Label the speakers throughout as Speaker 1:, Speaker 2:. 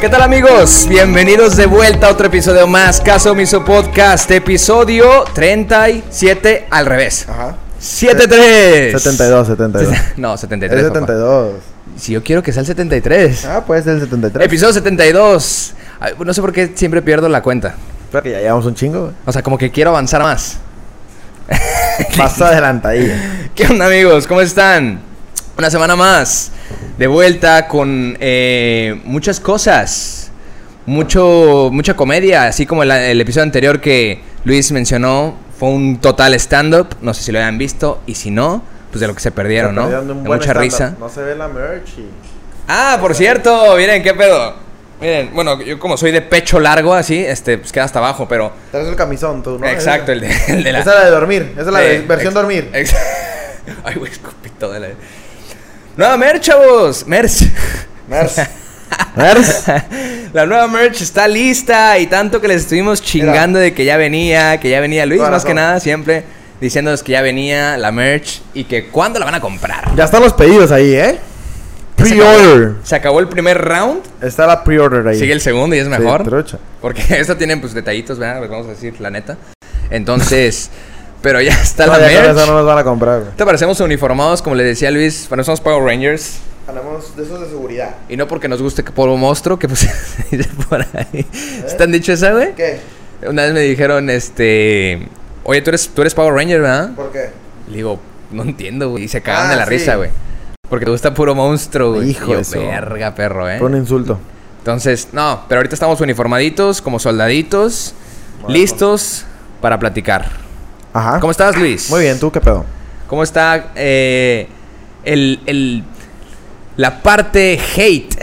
Speaker 1: ¿Qué tal amigos? Bienvenidos de vuelta a otro episodio más, Caso Miso Podcast, episodio 37 al revés.
Speaker 2: Ajá.
Speaker 1: 7-3.
Speaker 2: 72, 72.
Speaker 1: No,
Speaker 2: Es
Speaker 1: 73. papá.
Speaker 2: 72.
Speaker 1: Si yo quiero que sea el 73.
Speaker 2: Ah, pues el 73.
Speaker 1: Episodio 72. Ay, No sé por qué siempre pierdo la cuenta.
Speaker 2: Espera que ya llevamos un chingo. güey.
Speaker 1: O sea, como que quiero avanzar más.
Speaker 2: Más adelantadilla.
Speaker 1: ¿Qué onda amigos? ¿Cómo están? Una semana más. De vuelta con eh, muchas cosas. Mucho, mucha comedia. Así como la- el episodio anterior que Luis mencionó. Fue un total stand-up. No sé si lo hayan visto. Y si no, pues de lo que se perdieron, ¿no?
Speaker 2: Perdieron de un
Speaker 1: De
Speaker 2: buen
Speaker 1: mucha
Speaker 2: stand-up.
Speaker 1: risa.
Speaker 2: No se ve la merch. y-
Speaker 1: Ah, por cierto, miren, qué pedo. Miren, bueno, yo como soy de pecho largo así, este, pues queda hasta abajo, pero.
Speaker 2: Traes el camisón tú, ¿no? eh.
Speaker 1: Exacto, el de, el de la.
Speaker 2: Esa es la de dormir. Esa es la de
Speaker 1: Eh,
Speaker 2: versión
Speaker 1: ex-
Speaker 2: dormir.
Speaker 1: ex- Ay, güey, escupí toda la. Nueva merch, chavos. Merch.
Speaker 2: Merch.
Speaker 1: la nueva merch está lista y tanto que les estuvimos chingando de que ya venía, que ya venía Luis,
Speaker 2: Toda
Speaker 1: más que
Speaker 2: razón.
Speaker 1: nada, siempre diciéndonos que ya venía la merch y que cuándo la van a comprar.
Speaker 2: Ya están los pedidos ahí, ¿eh?
Speaker 1: Ya se acabó-
Speaker 2: Pre-order.
Speaker 1: Se acabó el primer round,
Speaker 2: Está la pre-order ahí.
Speaker 1: sigue el segundo y es
Speaker 2: Sí,
Speaker 1: mejor.
Speaker 2: trucha.
Speaker 1: Porque esta tiene pues detallitos, ¿verdad? Vamos a decir, la neta. Entonces, pero ya está
Speaker 2: No,
Speaker 1: la
Speaker 2: ya con
Speaker 1: merch.
Speaker 2: eso no nos van a comprar, güey.
Speaker 1: Te parecemos uniformados, como le decía Luis, bueno, somos Power Rangers.
Speaker 2: Ganamos de esos de seguridad.
Speaker 1: Y no porque nos guste que polvo monstruo, que pues dice por ahí. ¿Se te han dicho esa, güey?
Speaker 2: ¿Qué?
Speaker 1: Una vez me dijeron, este. Oye, tú eres, tú eres Power Ranger, ¿verdad?
Speaker 2: ¿Por qué?
Speaker 1: Le digo, no entiendo, güey. Y se cagan
Speaker 2: Ah,
Speaker 1: de la
Speaker 2: sí.
Speaker 1: risa, güey. Porque te gusta puro monstruo, güey.
Speaker 2: Hijo
Speaker 1: Y yo,
Speaker 2: de su-
Speaker 1: verga, perro, ¿eh?
Speaker 2: Fue un insulto.
Speaker 1: Entonces, no, pero ahorita estamos uniformaditos, como soldaditos,
Speaker 2: Bueno.
Speaker 1: listos para platicar.
Speaker 2: Ajá.
Speaker 1: ¿Cómo estás, Luis?
Speaker 2: Ah. Muy bien, ¿tú qué pedo?
Speaker 1: ¿Cómo está eh, el, el- la parte hate?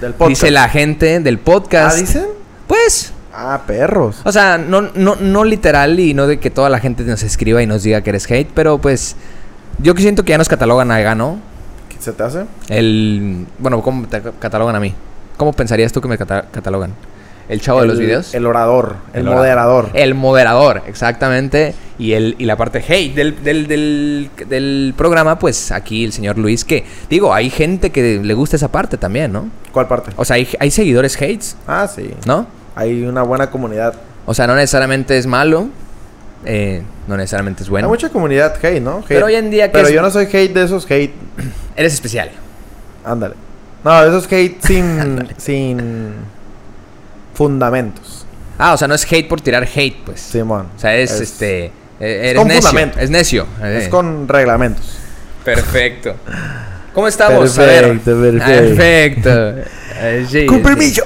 Speaker 2: Del
Speaker 1: Dice la gente del podcast.
Speaker 2: ¿Ah, dicen?
Speaker 1: Pues,
Speaker 2: Ah, perros.
Speaker 1: o sea, no, no, no literal y no de que toda la gente nos escriba y nos diga que eres hate, pero pues yo que siento que ya nos catalogan a ¿no?
Speaker 2: ¿Qué ¿Se te hace?
Speaker 1: El... Bueno, ¿cómo te catalogan a mí? ¿Cómo pensarías tú que me cata- catalogan? ¿El chavo de los
Speaker 2: El-
Speaker 1: videos?
Speaker 2: El orador, el,
Speaker 1: El Eh.
Speaker 2: moderador.
Speaker 1: El moderador, exactamente. Y el y la parte hate del, del, del, del programa, pues aquí el señor Luis, que digo, hay gente que le gusta esa parte también, ¿no?
Speaker 2: ¿Cuál parte?
Speaker 1: O sea, hay, hay seguidores hates,
Speaker 2: Ah, sí.
Speaker 1: Oh. ¿no?
Speaker 2: Hay una buena comunidad.
Speaker 1: O sea, no necesariamente es malo, eh, no necesariamente es bueno.
Speaker 2: Hay mucha comunidad hate, ¿no? Hate.
Speaker 1: Pero hoy en día que
Speaker 2: Pero
Speaker 1: es-
Speaker 2: yo no soy hate de esos hate.
Speaker 1: Eres especial.
Speaker 2: Ándale. No, de esos hate sin. sin. fundamentos.
Speaker 1: Ah, o sea, no es hate por tirar hate, pues.
Speaker 2: Simón.
Speaker 1: O sea, es, este... eh, Eres
Speaker 2: con
Speaker 1: necio.
Speaker 2: fundamento.
Speaker 1: Es necio.
Speaker 2: Es
Speaker 1: eh.
Speaker 2: con reglamentos.
Speaker 1: Perfecto. ¿Cómo estamos?
Speaker 2: Perfecto,
Speaker 1: a ver.
Speaker 2: perfecto.
Speaker 1: Perfecto. Eh, sí,
Speaker 2: ¡Con
Speaker 1: sí.
Speaker 2: permiso!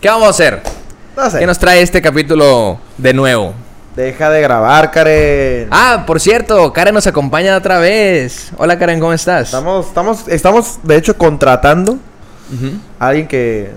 Speaker 1: ¿Qué vamos a hacer?
Speaker 2: No sé.
Speaker 1: ¿Qué nos trae este capítulo de nuevo?
Speaker 2: Deja de grabar, Karen.
Speaker 1: Ah, por cierto, Karen nos acompaña otra vez. Hola Karen, ¿cómo estás?
Speaker 2: Estamos, estamos, estamos, de hecho, contratando
Speaker 1: Ujú.
Speaker 2: a alguien que.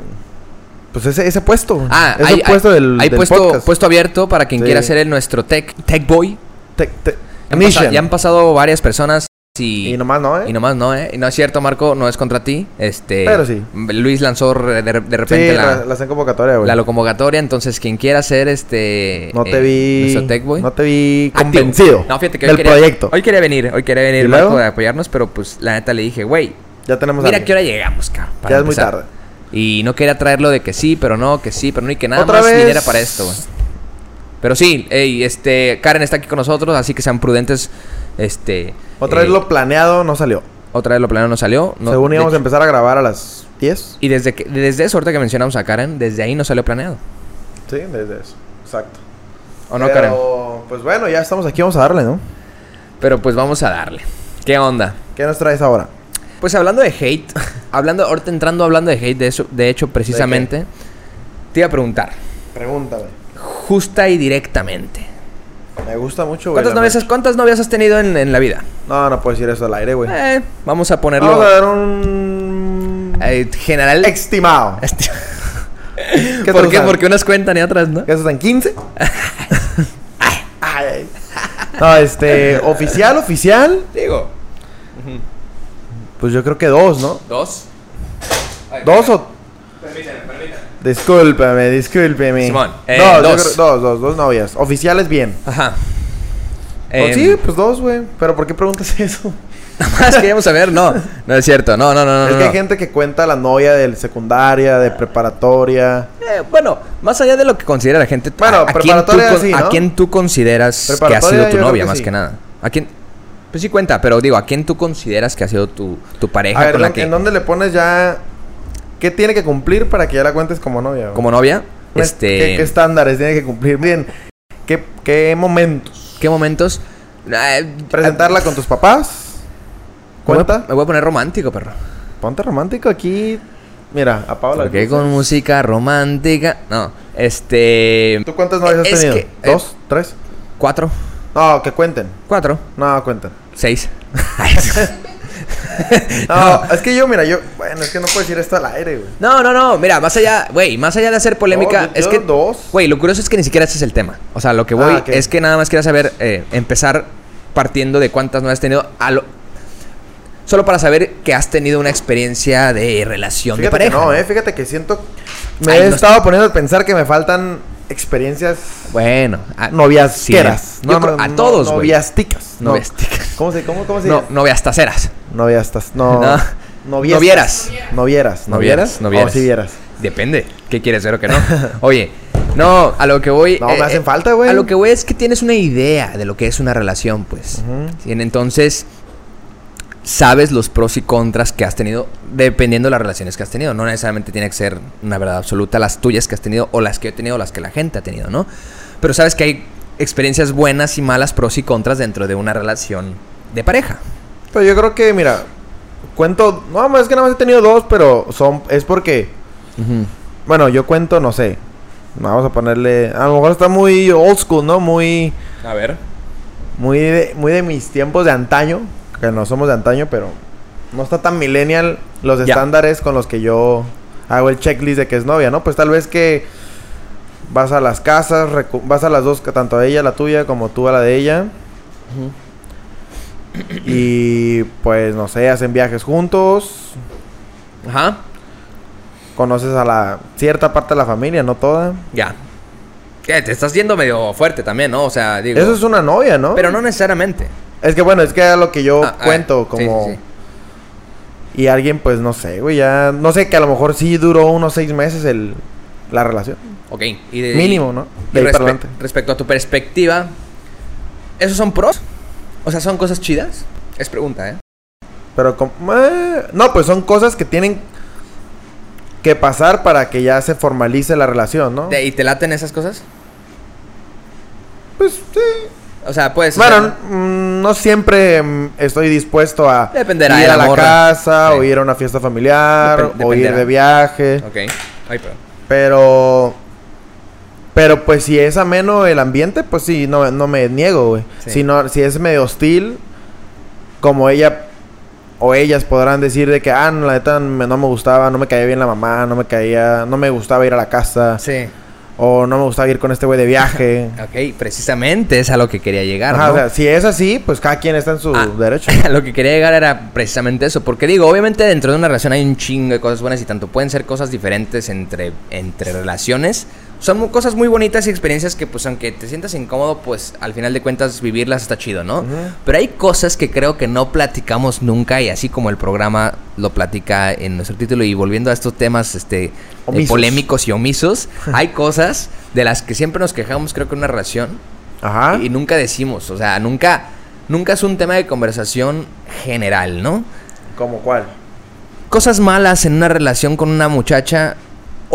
Speaker 2: Pues ese, ese puesto.
Speaker 1: Ah,
Speaker 2: ese
Speaker 1: hay,
Speaker 2: puesto
Speaker 1: hay-
Speaker 2: del,
Speaker 1: hay
Speaker 2: del
Speaker 1: puesto,
Speaker 2: podcast.
Speaker 1: puesto abierto para quien
Speaker 2: Sí.
Speaker 1: quiera ser el nuestro tech, tech boy.
Speaker 2: Te- te-
Speaker 1: Ya han, pasa-
Speaker 2: Mission.
Speaker 1: ya han pasado varias personas y,
Speaker 2: Y nomás no, ¿eh?
Speaker 1: y nomás no, ¿eh? Y no es cierto, Marco, no es contra ti. Este,
Speaker 2: Pero sí.
Speaker 1: Luis lanzó re- de, de repente
Speaker 2: sí,
Speaker 1: la,
Speaker 2: la, la hacen convocatoria, güey.
Speaker 1: la locomotoria, entonces quien quiera ser este...
Speaker 2: No te
Speaker 1: eh,
Speaker 2: vi.
Speaker 1: nuestro tech boy.
Speaker 2: No te vi
Speaker 1: Activo.
Speaker 2: convencido.
Speaker 1: Ah, No, fíjate que hoy
Speaker 2: Del
Speaker 1: quería-
Speaker 2: proyecto.
Speaker 1: Hoy quería venir, hoy quería venir
Speaker 2: ¿Y
Speaker 1: Marco
Speaker 2: luego?
Speaker 1: de apoyarnos, pero pues la neta le dije, güey,
Speaker 2: ya tenemos a
Speaker 1: mira
Speaker 2: alguien.
Speaker 1: qué hora llegamos, cabrón. para
Speaker 2: Ya es muy
Speaker 1: empezar".
Speaker 2: tarde.
Speaker 1: Y no quería traerlo de que sí, pero no, que sí, pero no, y que nada
Speaker 2: Otra
Speaker 1: más
Speaker 2: vez.
Speaker 1: ni era para esto, güey. Pero sí, ey, este, Karen está aquí con nosotros, así que sean prudentes, este...
Speaker 2: Otra
Speaker 1: eh,
Speaker 2: vez lo planeado no salió.
Speaker 1: Otra vez lo planeado no salió. no-
Speaker 2: Según
Speaker 1: de
Speaker 2: íbamos a
Speaker 1: hecho-
Speaker 2: empezar a grabar a las 10.
Speaker 1: Y desde, que, desde eso, ahorita que mencionamos a Karen, desde ahí no salió planeado.
Speaker 2: Sí, desde eso. Exacto.
Speaker 1: ¿O no,
Speaker 2: Pero,
Speaker 1: Karen?
Speaker 2: Pues bueno, ya estamos aquí, vamos a darle, ¿no?
Speaker 1: Pero pues vamos a darle. ¿Qué onda?
Speaker 2: ¿Qué nos traes ahora?
Speaker 1: Pues hablando de hate, hablando, ahorita entrando hablando de hate, de eso, de hecho, precisamente, te iba a preguntar,
Speaker 2: Pregúntame.
Speaker 1: justa y directamente.
Speaker 2: Me gusta mucho, güey.
Speaker 1: ¿Cuántas
Speaker 2: la
Speaker 1: novias,
Speaker 2: merch.
Speaker 1: ¿cuántas novias has tenido en, en la vida?
Speaker 2: No, no puedo decir eso al aire, güey.
Speaker 1: Eh, vamos a ponerlo
Speaker 2: Vamos a dar un.
Speaker 1: eh, general.
Speaker 2: Estimado.
Speaker 1: Este-
Speaker 2: te
Speaker 1: ¿Por qué?
Speaker 2: gustan?
Speaker 1: Porque unas cuentan y otras no.
Speaker 2: ¿Qué están 15? Ay, ay. No, este. Oficial, oficial.
Speaker 1: Digo,
Speaker 2: Pues yo creo que dos, ¿no?
Speaker 1: dos.
Speaker 2: Dos o.
Speaker 1: Permítame, permítame.
Speaker 2: Discúlpame, discúlpeme.
Speaker 1: Simón, eh,
Speaker 2: dos, yo
Speaker 1: dos.
Speaker 2: creo- dos, dos, dos novias. Oficiales bien.
Speaker 1: Ajá.
Speaker 2: O
Speaker 1: Em,
Speaker 2: sí, pues dos, güey. Pero ¿por qué preguntas eso?
Speaker 1: Más queríamos saber, no. No es cierto, no, no, no. no
Speaker 2: es que hay
Speaker 1: no.
Speaker 2: gente que cuenta la novia del secundaria, de preparatoria.
Speaker 1: Eh, bueno, más allá de lo que considera la gente,
Speaker 2: Bueno,
Speaker 1: a, a quién tú,
Speaker 2: preparatoria
Speaker 1: con-
Speaker 2: sí, ¿no?
Speaker 1: a quién tú consideras que ha
Speaker 2: Preparatoria
Speaker 1: sido
Speaker 2: yo
Speaker 1: tu
Speaker 2: creo
Speaker 1: novia,
Speaker 2: que
Speaker 1: más
Speaker 2: sí.
Speaker 1: que nada? ¿A quién? Pues sí cuenta, pero digo, ¿a quién tú consideras que ha sido tu, tu pareja
Speaker 2: A ver,
Speaker 1: con la
Speaker 2: ¿en-
Speaker 1: que,
Speaker 2: ¿en dónde le pones ya? ¿Qué tiene que cumplir para que ya la cuentes como novia? güey?
Speaker 1: como novia?
Speaker 2: ¿Qué-
Speaker 1: Este,
Speaker 2: Pues, ¿Qué, qué estándares tiene que cumplir? Bien, ¿qué, qué momentos?
Speaker 1: ¿Qué momentos? Eh,
Speaker 2: ¿Presentarla con tus papás?
Speaker 1: me voy a-
Speaker 2: ¿Cuenta?
Speaker 1: Me voy a poner romántico, perro.
Speaker 2: Ponte romántico aquí. Mira, a Paola.
Speaker 1: Porque con música romántica. No, este.
Speaker 2: ¿Tú cuántas novias
Speaker 1: Es
Speaker 2: has tenido?
Speaker 1: que, eh,
Speaker 2: ¿Dos? ¿Tres?
Speaker 1: Cuatro.
Speaker 2: No, que cuenten.
Speaker 1: Cuatro.
Speaker 2: No, cuenten.
Speaker 1: Seis.
Speaker 2: No, es que yo, mira, yo. Bueno, es que no puedo decir esto al aire, güey.
Speaker 1: No, no, no. Mira, más allá, güey, más allá de hacer polémica,
Speaker 2: No, yo-
Speaker 1: es
Speaker 2: yo
Speaker 1: que.
Speaker 2: Dos.
Speaker 1: Güey, lo curioso es que ni siquiera ese es el tema. O sea, lo que voy
Speaker 2: Ah, ok.
Speaker 1: es que nada más quería saber, eh, empezar partiendo de cuántas no has tenido a lo- Solo para saber que has tenido una experiencia de relación de
Speaker 2: Fíjate que
Speaker 1: pareja.
Speaker 2: no, eh. Fíjate que siento. Me
Speaker 1: Ay,
Speaker 2: he
Speaker 1: no-
Speaker 2: estado poniendo a pensar que me faltan experiencias
Speaker 1: Bueno, ah, a,
Speaker 2: noviasqueras.
Speaker 1: Sí, yo creo- a todos, güey.
Speaker 2: Noviasticas. no.
Speaker 1: Noviasticas.
Speaker 2: ¿Cómo se, cómo, cómo se
Speaker 1: no,
Speaker 2: dice?
Speaker 1: no veas taceras.
Speaker 2: Noviastas. No.
Speaker 1: No.
Speaker 2: Noviestas.
Speaker 1: Novieras. Novieras,
Speaker 2: Novieras. ¿Novieras?
Speaker 1: novieras.
Speaker 2: O si vieras.
Speaker 1: Depende, ¿qué quieres ver o qué no? Oye, no, a lo que voy.
Speaker 2: No, me hacen falta, güey.
Speaker 1: Eh, A lo que voy es que tienes una idea de lo que es una relación, pues.
Speaker 2: Ujú.
Speaker 1: Bien, Entonces, sabes los pros y contras que has tenido dependiendo de las relaciones que has tenido. No necesariamente tiene que ser una verdad absoluta las tuyas que has tenido o las que yo he tenido o las que la gente ha tenido, ¿no? Pero sabes que hay experiencias buenas y malas, pros y contras dentro de una relación de pareja.
Speaker 2: Pero yo creo que, mira, cuento. No, más que nada más he tenido dos, pero son. Es porque. Bueno, yo cuento, no sé. Vamos a ponerle. A lo mejor está muy old school, ¿no? Muy.
Speaker 1: A ver.
Speaker 2: Muy de, muy de mis tiempos de antaño. Que no somos de antaño, pero. No está tan millennial los
Speaker 1: Ya.
Speaker 2: estándares con los que yo hago el checklist de que es novia, ¿no? Pues tal vez que. Vas a las casas, recu- vas a las dos, tanto a ella, la tuya, como tú a la de ella. Y pues no sé, hacen viajes juntos,
Speaker 1: Ajá.
Speaker 2: conoces a la cierta parte de la familia, no toda.
Speaker 1: Ya. Eh, Te estás yendo medio fuerte también, ¿no? O sea, digo.
Speaker 2: Eso es una novia, ¿no?
Speaker 1: Pero no necesariamente.
Speaker 2: Es que bueno, es que era lo que yo
Speaker 1: Ah, ah,
Speaker 2: cuento,
Speaker 1: sí,
Speaker 2: como...
Speaker 1: sí, sí.
Speaker 2: Y alguien, pues no sé, güey, ya... No sé, que a lo mejor sí duró unos seis meses el... la relación.
Speaker 1: Ok. Y de-
Speaker 2: Mínimo, ¿no?
Speaker 1: Y
Speaker 2: De ahí
Speaker 1: respe-
Speaker 2: para adelante.
Speaker 1: respecto a tu perspectiva, ¿esos son pros? O sea, ¿son cosas chidas? Es pregunta, ¿eh?
Speaker 2: Pero como... eh, No, pues son cosas que tienen que pasar para que ya se formalice la relación, ¿no?
Speaker 1: ¿Te- ¿Y te laten esas cosas?
Speaker 2: Pues sí.
Speaker 1: O sea, puedes...
Speaker 2: Bueno, mm, no siempre mm, estoy dispuesto a
Speaker 1: Dependerá de
Speaker 2: ir
Speaker 1: la
Speaker 2: a la
Speaker 1: morra.
Speaker 2: casa
Speaker 1: Sí.
Speaker 2: o ir a una fiesta familiar
Speaker 1: Depen-
Speaker 2: o ir
Speaker 1: dependerá.
Speaker 2: de viaje.
Speaker 1: ok. Ay, perdón.
Speaker 2: Pero. Pero pues si es ameno el ambiente, pues sí, no, no me niego, güey.
Speaker 1: Sí.
Speaker 2: Si, no, si es medio hostil, como ella o ellas podrán decir de que, ah, no, la neta me- no me gustaba, no me caía bien la mamá, no me caía, no me gustaba ir a la casa,
Speaker 1: Sí.
Speaker 2: o no me gustaba ir con este güey de viaje.
Speaker 1: Ok, precisamente es a lo que quería llegar,
Speaker 2: Ajá,
Speaker 1: ¿no?
Speaker 2: o sea, si es así, pues cada quien está en su
Speaker 1: Ah.
Speaker 2: derecho.
Speaker 1: A lo que quería llegar era precisamente eso, porque digo, obviamente dentro de una relación hay un chingo de cosas buenas y tanto pueden ser cosas diferentes entre, entre relaciones. Son mu- cosas muy bonitas y experiencias que pues aunque te sientas incómodo, pues al final de cuentas vivirlas está chido, ¿no?
Speaker 2: Ujú.
Speaker 1: Pero hay cosas que creo que no platicamos nunca y así como el programa lo platica en nuestro título y volviendo a estos temas este, eh,
Speaker 2: Omisos.
Speaker 1: polémicos y omisos, hay cosas de las que siempre nos quejamos creo que en una relación
Speaker 2: Ajá.
Speaker 1: y nunca decimos, o sea, nunca, nunca es un tema de conversación general, ¿no?
Speaker 2: ¿Como cuál?
Speaker 1: Cosas malas en una relación con una muchacha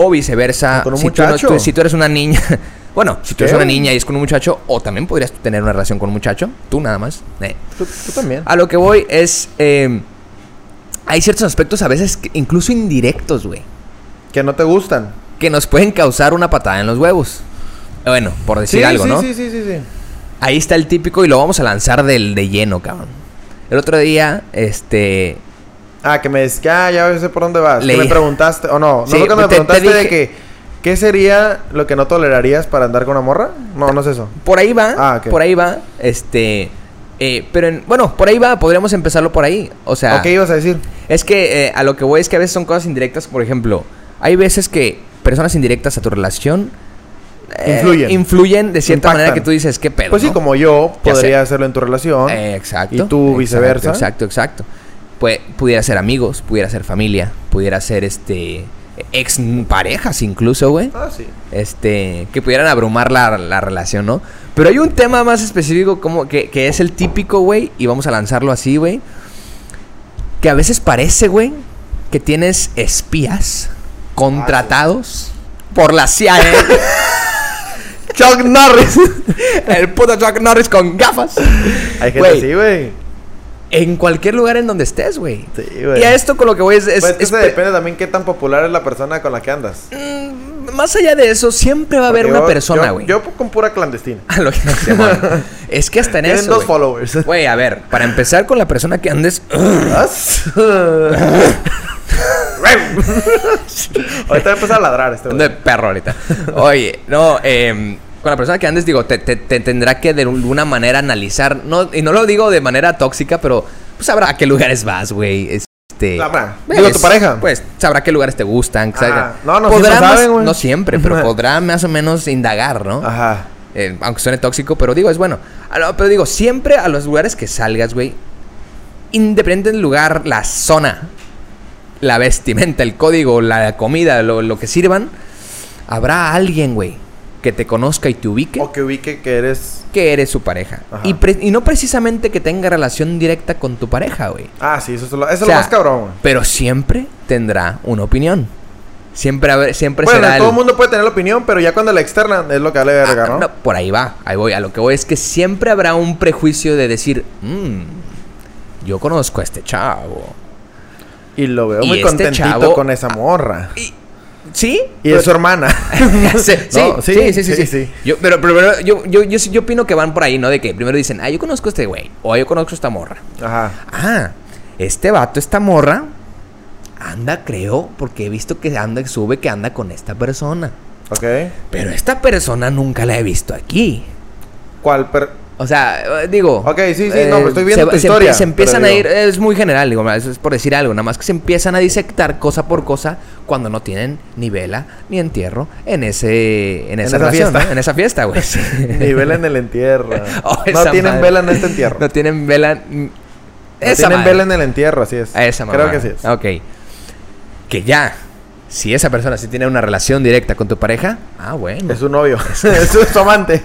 Speaker 1: o viceversa.
Speaker 2: ¿O con un
Speaker 1: si tú no-
Speaker 2: muchacho?
Speaker 1: tú- si tú eres una niña, bueno, si tú eres
Speaker 2: ¿Qué?
Speaker 1: una niña y es con un muchacho, o también podrías tener una relación con un muchacho, tú nada más. eh.
Speaker 2: Tú, tú también.
Speaker 1: A lo que voy es, eh, hay ciertos aspectos a veces que- incluso indirectos, güey,
Speaker 2: Que no te gustan.
Speaker 1: que nos pueden causar una patada en los huevos. Bueno, por decir algo,
Speaker 2: sí,
Speaker 1: ¿no?
Speaker 2: sí, sí, sí, sí.
Speaker 1: Ahí está el típico y lo vamos a lanzar del de lleno, cabrón. El otro día, este.
Speaker 2: Ah, que me des... ah, ya sé por dónde vas.
Speaker 1: Leí.
Speaker 2: Que me preguntaste, o no, no
Speaker 1: Sí,
Speaker 2: fue que me
Speaker 1: te- te
Speaker 2: preguntaste
Speaker 1: dije-
Speaker 2: de que qué sería lo que no tolerarías para andar con una morra? No, no es eso.
Speaker 1: Por ahí va.
Speaker 2: Ah, ok.
Speaker 1: Por ahí va. Este. eh, pero en- bueno, por ahí va, podríamos empezarlo por ahí. O sea,
Speaker 2: ¿O qué ibas a decir?
Speaker 1: es que eh, a lo que voy es que a veces son cosas indirectas. Por ejemplo, hay veces que personas indirectas a tu relación eh,
Speaker 2: Influyen.
Speaker 1: influyen de cierta
Speaker 2: Impactan.
Speaker 1: manera que tú dices, qué pedo.
Speaker 2: Pues sí,
Speaker 1: no?
Speaker 2: como yo
Speaker 1: Ya
Speaker 2: podría
Speaker 1: sé.
Speaker 2: hacerlo en tu relación.
Speaker 1: Eh, exacto.
Speaker 2: Y tú
Speaker 1: exacto,
Speaker 2: viceversa.
Speaker 1: Exacto, exacto. Pues pudiera ser amigos, pudiera ser familia, pudiera ser este ex parejas incluso, güey.
Speaker 2: Ah, sí.
Speaker 1: Este, que pudieran abrumar la, la relación, ¿no? Pero hay un tema más específico como que, que es el típico, güey, y vamos a lanzarlo así, güey. Que a veces parece, güey, que tienes espías contratados por la
Speaker 2: Ah,
Speaker 1: CIA. Chuck Norris. El puto Chuck Norris con gafas.
Speaker 2: Hay gente
Speaker 1: Güey,
Speaker 2: así, güey.
Speaker 1: En cualquier lugar en donde estés, güey.
Speaker 2: Sí, güey.
Speaker 1: Y a esto con lo que voy es... es-
Speaker 2: Pues es que
Speaker 1: es
Speaker 2: eso
Speaker 1: pe-
Speaker 2: depende también qué tan popular es la persona con la que andas.
Speaker 1: Mm, Más allá de eso, siempre va a haber
Speaker 2: Porque
Speaker 1: una
Speaker 2: yo-
Speaker 1: persona,
Speaker 2: yo-
Speaker 1: güey.
Speaker 2: Yo con pura clandestina.
Speaker 1: A lo que no se llama. Es que hasta en
Speaker 2: Tienen
Speaker 1: eso. güey.
Speaker 2: dos followers.
Speaker 1: Güey, a ver, para empezar con la persona que andes.
Speaker 2: Ahorita empieza a ladrar este
Speaker 1: Ando de
Speaker 2: güey.
Speaker 1: perro ahorita. Oye, no, eh, con la persona que andes, digo, te, te- te tendrá que de alguna manera analizar. No, y no lo digo de manera tóxica, pero pues, sabrá a qué lugares vas, güey. Este.
Speaker 2: Sabrá.
Speaker 1: pues,
Speaker 2: Digo, tu pareja.
Speaker 1: Pues sabrá qué lugares te gustan.
Speaker 2: Ah,
Speaker 1: sabrá-
Speaker 2: no, no
Speaker 1: Podrá
Speaker 2: siempre
Speaker 1: más-
Speaker 2: saben, güey.
Speaker 1: No siempre, pero
Speaker 2: Ajá.
Speaker 1: podrá más o menos indagar, ¿no?
Speaker 2: Ajá.
Speaker 1: Eh, aunque suene tóxico, pero digo, es bueno. Ah, no, Pero digo, siempre a los lugares que salgas, güey, independiente del lugar, la zona, la vestimenta, el código, la comida, lo, lo que sirvan, habrá alguien, güey, que te conozca y te ubique
Speaker 2: O que ubique que eres.
Speaker 1: que eres su pareja.
Speaker 2: Ajá.
Speaker 1: Y, pre- y no precisamente que tenga relación directa con tu pareja, güey.
Speaker 2: Ah, sí, eso es lo, eso es
Speaker 1: O
Speaker 2: lo
Speaker 1: sea,
Speaker 2: más cabrón, güey.
Speaker 1: Pero siempre tendrá una opinión. Siempre, haber- siempre
Speaker 2: Bueno,
Speaker 1: será
Speaker 2: todo
Speaker 1: el-
Speaker 2: el mundo puede tener la opinión, pero ya cuando la externa es lo que vale verga,
Speaker 1: Ah,
Speaker 2: ¿no?
Speaker 1: no, por ahí va, ahí voy. A lo que voy es que siempre habrá un prejuicio de decir, "Mm, yo conozco a este chavo.
Speaker 2: Y lo veo
Speaker 1: Y
Speaker 2: muy
Speaker 1: este
Speaker 2: contentito
Speaker 1: chavo-
Speaker 2: con esa morra.
Speaker 1: Y- ¿Sí?
Speaker 2: Y es su hermana.
Speaker 1: Sí, sí,
Speaker 2: No,
Speaker 1: sí, sí, sí, sí. Yo, pero pero- pero yo, yo, yo, sí- yo opino que van por ahí, ¿no? De que primero dicen, ah, yo conozco a este güey, o "Ah, yo conozco a esta morra.
Speaker 2: Ajá.
Speaker 1: Ah, este vato, esta morra, anda, creo, porque he visto que anda, sube, que anda con esta persona.
Speaker 2: Ok.
Speaker 1: Pero esta persona nunca la he visto aquí.
Speaker 2: ¿Cuál? per-
Speaker 1: O sea, eh, digo. eh,
Speaker 2: Ok, sí, sí, no, pero estoy viendo
Speaker 1: se-
Speaker 2: tu
Speaker 1: se
Speaker 2: historia,
Speaker 1: empie- Se empiezan
Speaker 2: pero
Speaker 1: a ir,
Speaker 2: digo-
Speaker 1: es muy general, digo, eso es por decir algo, nada más que se empiezan a disectar cosa por cosa cuando no tienen ni vela ni entierro en ese en esa,
Speaker 2: esa
Speaker 1: relación,
Speaker 2: fiesta.
Speaker 1: ¿no? en esa fiesta, güey. Sí.
Speaker 2: Ni vela en el entierro.
Speaker 1: Oh,
Speaker 2: no
Speaker 1: esa
Speaker 2: tienen
Speaker 1: madre.
Speaker 2: vela en este entierro.
Speaker 1: No tienen vela. mm,
Speaker 2: No
Speaker 1: esa
Speaker 2: tienen
Speaker 1: madre.
Speaker 2: vela en el entierro, así es.
Speaker 1: A esa
Speaker 2: Creo
Speaker 1: mamada.
Speaker 2: que sí es.
Speaker 1: Ok. Que ya, si esa persona sí tiene una relación directa con tu pareja, ah, bueno.
Speaker 2: Es su novio. es su- su amante.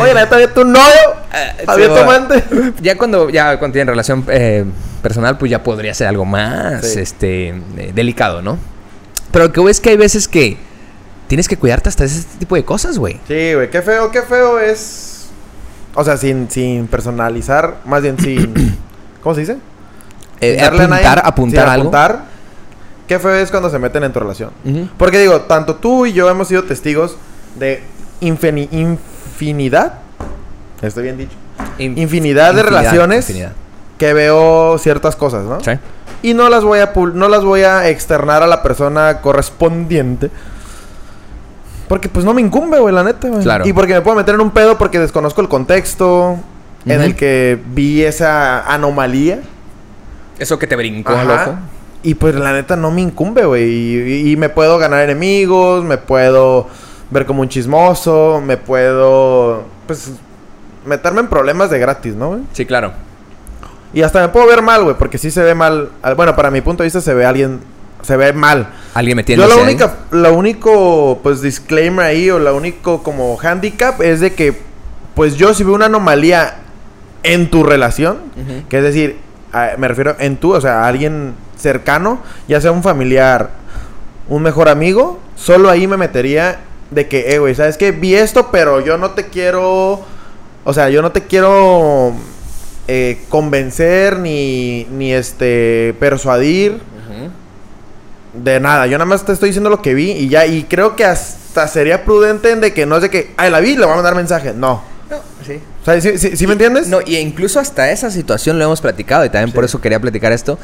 Speaker 2: Oye, ¿la neta había tu novio?
Speaker 1: Eh,
Speaker 2: ¿Había
Speaker 1: sí,
Speaker 2: tu
Speaker 1: va.
Speaker 2: amante?
Speaker 1: Ya cuando, ya cuando tienen relación eh, personal, pues ya podría ser algo más
Speaker 2: Sí.
Speaker 1: este eh, delicado, ¿no? Pero lo que voy es que hay veces que tienes que cuidarte hasta ese tipo de cosas, güey.
Speaker 2: Sí, güey, qué feo, qué feo es. O sea, sin, sin personalizar, más bien sin. ¿Cómo se dice?
Speaker 1: Eh,
Speaker 2: Darle a nadie-
Speaker 1: apuntar, apuntar
Speaker 2: sí,
Speaker 1: algo.
Speaker 2: Apuntar. Qué feo es cuando se meten en tu relación.
Speaker 1: Ujú.
Speaker 2: Porque digo, tanto tú y yo hemos sido testigos de infini- infinidad. Estoy bien dicho.
Speaker 1: In-
Speaker 2: Infinidad de relaciones
Speaker 1: infinidad.
Speaker 2: que veo ciertas cosas, ¿no?
Speaker 1: Sí.
Speaker 2: Y no las voy a pul- no las voy a externar a la persona correspondiente. Porque pues no me incumbe, güey, la neta, güey.
Speaker 1: Claro.
Speaker 2: Y porque me puedo meter en un pedo porque desconozco el contexto en
Speaker 1: Ujú.
Speaker 2: el que vi esa anomalía.
Speaker 1: Eso que te brincó al
Speaker 2: Ajá.
Speaker 1: ojo.
Speaker 2: Y pues la neta no me incumbe, güey. Y, y- y me puedo ganar enemigos, me puedo ver como un chismoso, me puedo, pues, meterme en problemas de gratis, ¿no, güey?
Speaker 1: Sí, claro.
Speaker 2: Y hasta me puedo ver mal, güey, porque sí se ve mal. al- Bueno, para mi punto de vista se ve alguien, se ve mal.
Speaker 1: Alguien metiéndose
Speaker 2: Yo la
Speaker 1: ahí.
Speaker 2: única, la único, pues, disclaimer ahí o la único como handicap es de que, pues, yo si veo una anomalía en tu relación,
Speaker 1: Ujú.
Speaker 2: que es decir, a- me refiero en tú, o sea, a alguien cercano, ya sea un familiar, un mejor amigo, solo ahí me metería de que, eh, güey, ¿sabes qué? Vi esto, pero yo no te quiero, o sea, yo no te quiero eh, convencer ni, ni, este, persuadir
Speaker 1: Ujú.
Speaker 2: de nada, yo nada más te estoy diciendo lo que vi y ya, y creo que hasta sería prudente en de que no es de que, ay, la vi, le voy a mandar mensaje, no.
Speaker 1: No, sí.
Speaker 2: O sea, ¿sí, sí- sí me entiendes?
Speaker 1: No, y incluso hasta esa situación lo hemos platicado y también por eso quería platicar esto.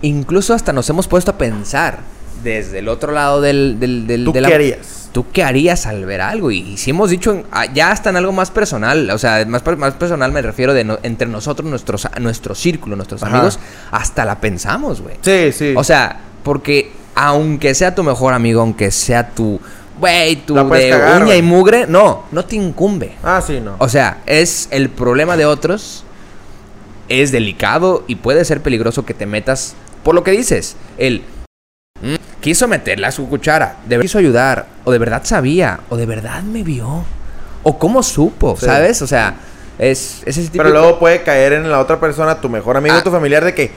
Speaker 1: Incluso hasta nos hemos puesto a pensar desde el otro lado del... del, del
Speaker 2: ¿Tú
Speaker 1: de la-
Speaker 2: qué harías?
Speaker 1: ¿Tú qué harías al ver algo? Y, y si hemos dicho en- ah, ya hasta en algo más personal, o sea, más, per- más personal me refiero de no- entre nosotros, nuestros, nuestro círculo, nuestros
Speaker 2: Ajá.
Speaker 1: amigos, hasta la pensamos, güey.
Speaker 2: Sí, sí.
Speaker 1: O sea, porque aunque sea tu mejor amigo, aunque sea tu güey, tu
Speaker 2: La puedes
Speaker 1: de
Speaker 2: cagar,
Speaker 1: uña y
Speaker 2: güey.
Speaker 1: mugre, no, no te incumbe.
Speaker 2: Ah, sí, no.
Speaker 1: O sea, es el problema de otros, es delicado y puede ser peligroso que te metas por lo que dices. El "Mm, quiso meterle a su cuchara, de verdad quiso ayudar, o de verdad sabía, o de verdad me vio, o cómo supo,
Speaker 2: Sí.
Speaker 1: ¿sabes? O sea, es, es ese tipo
Speaker 2: Pero luego puede caer en la otra persona, tu mejor amigo,
Speaker 1: Ah.
Speaker 2: tu familiar, de que,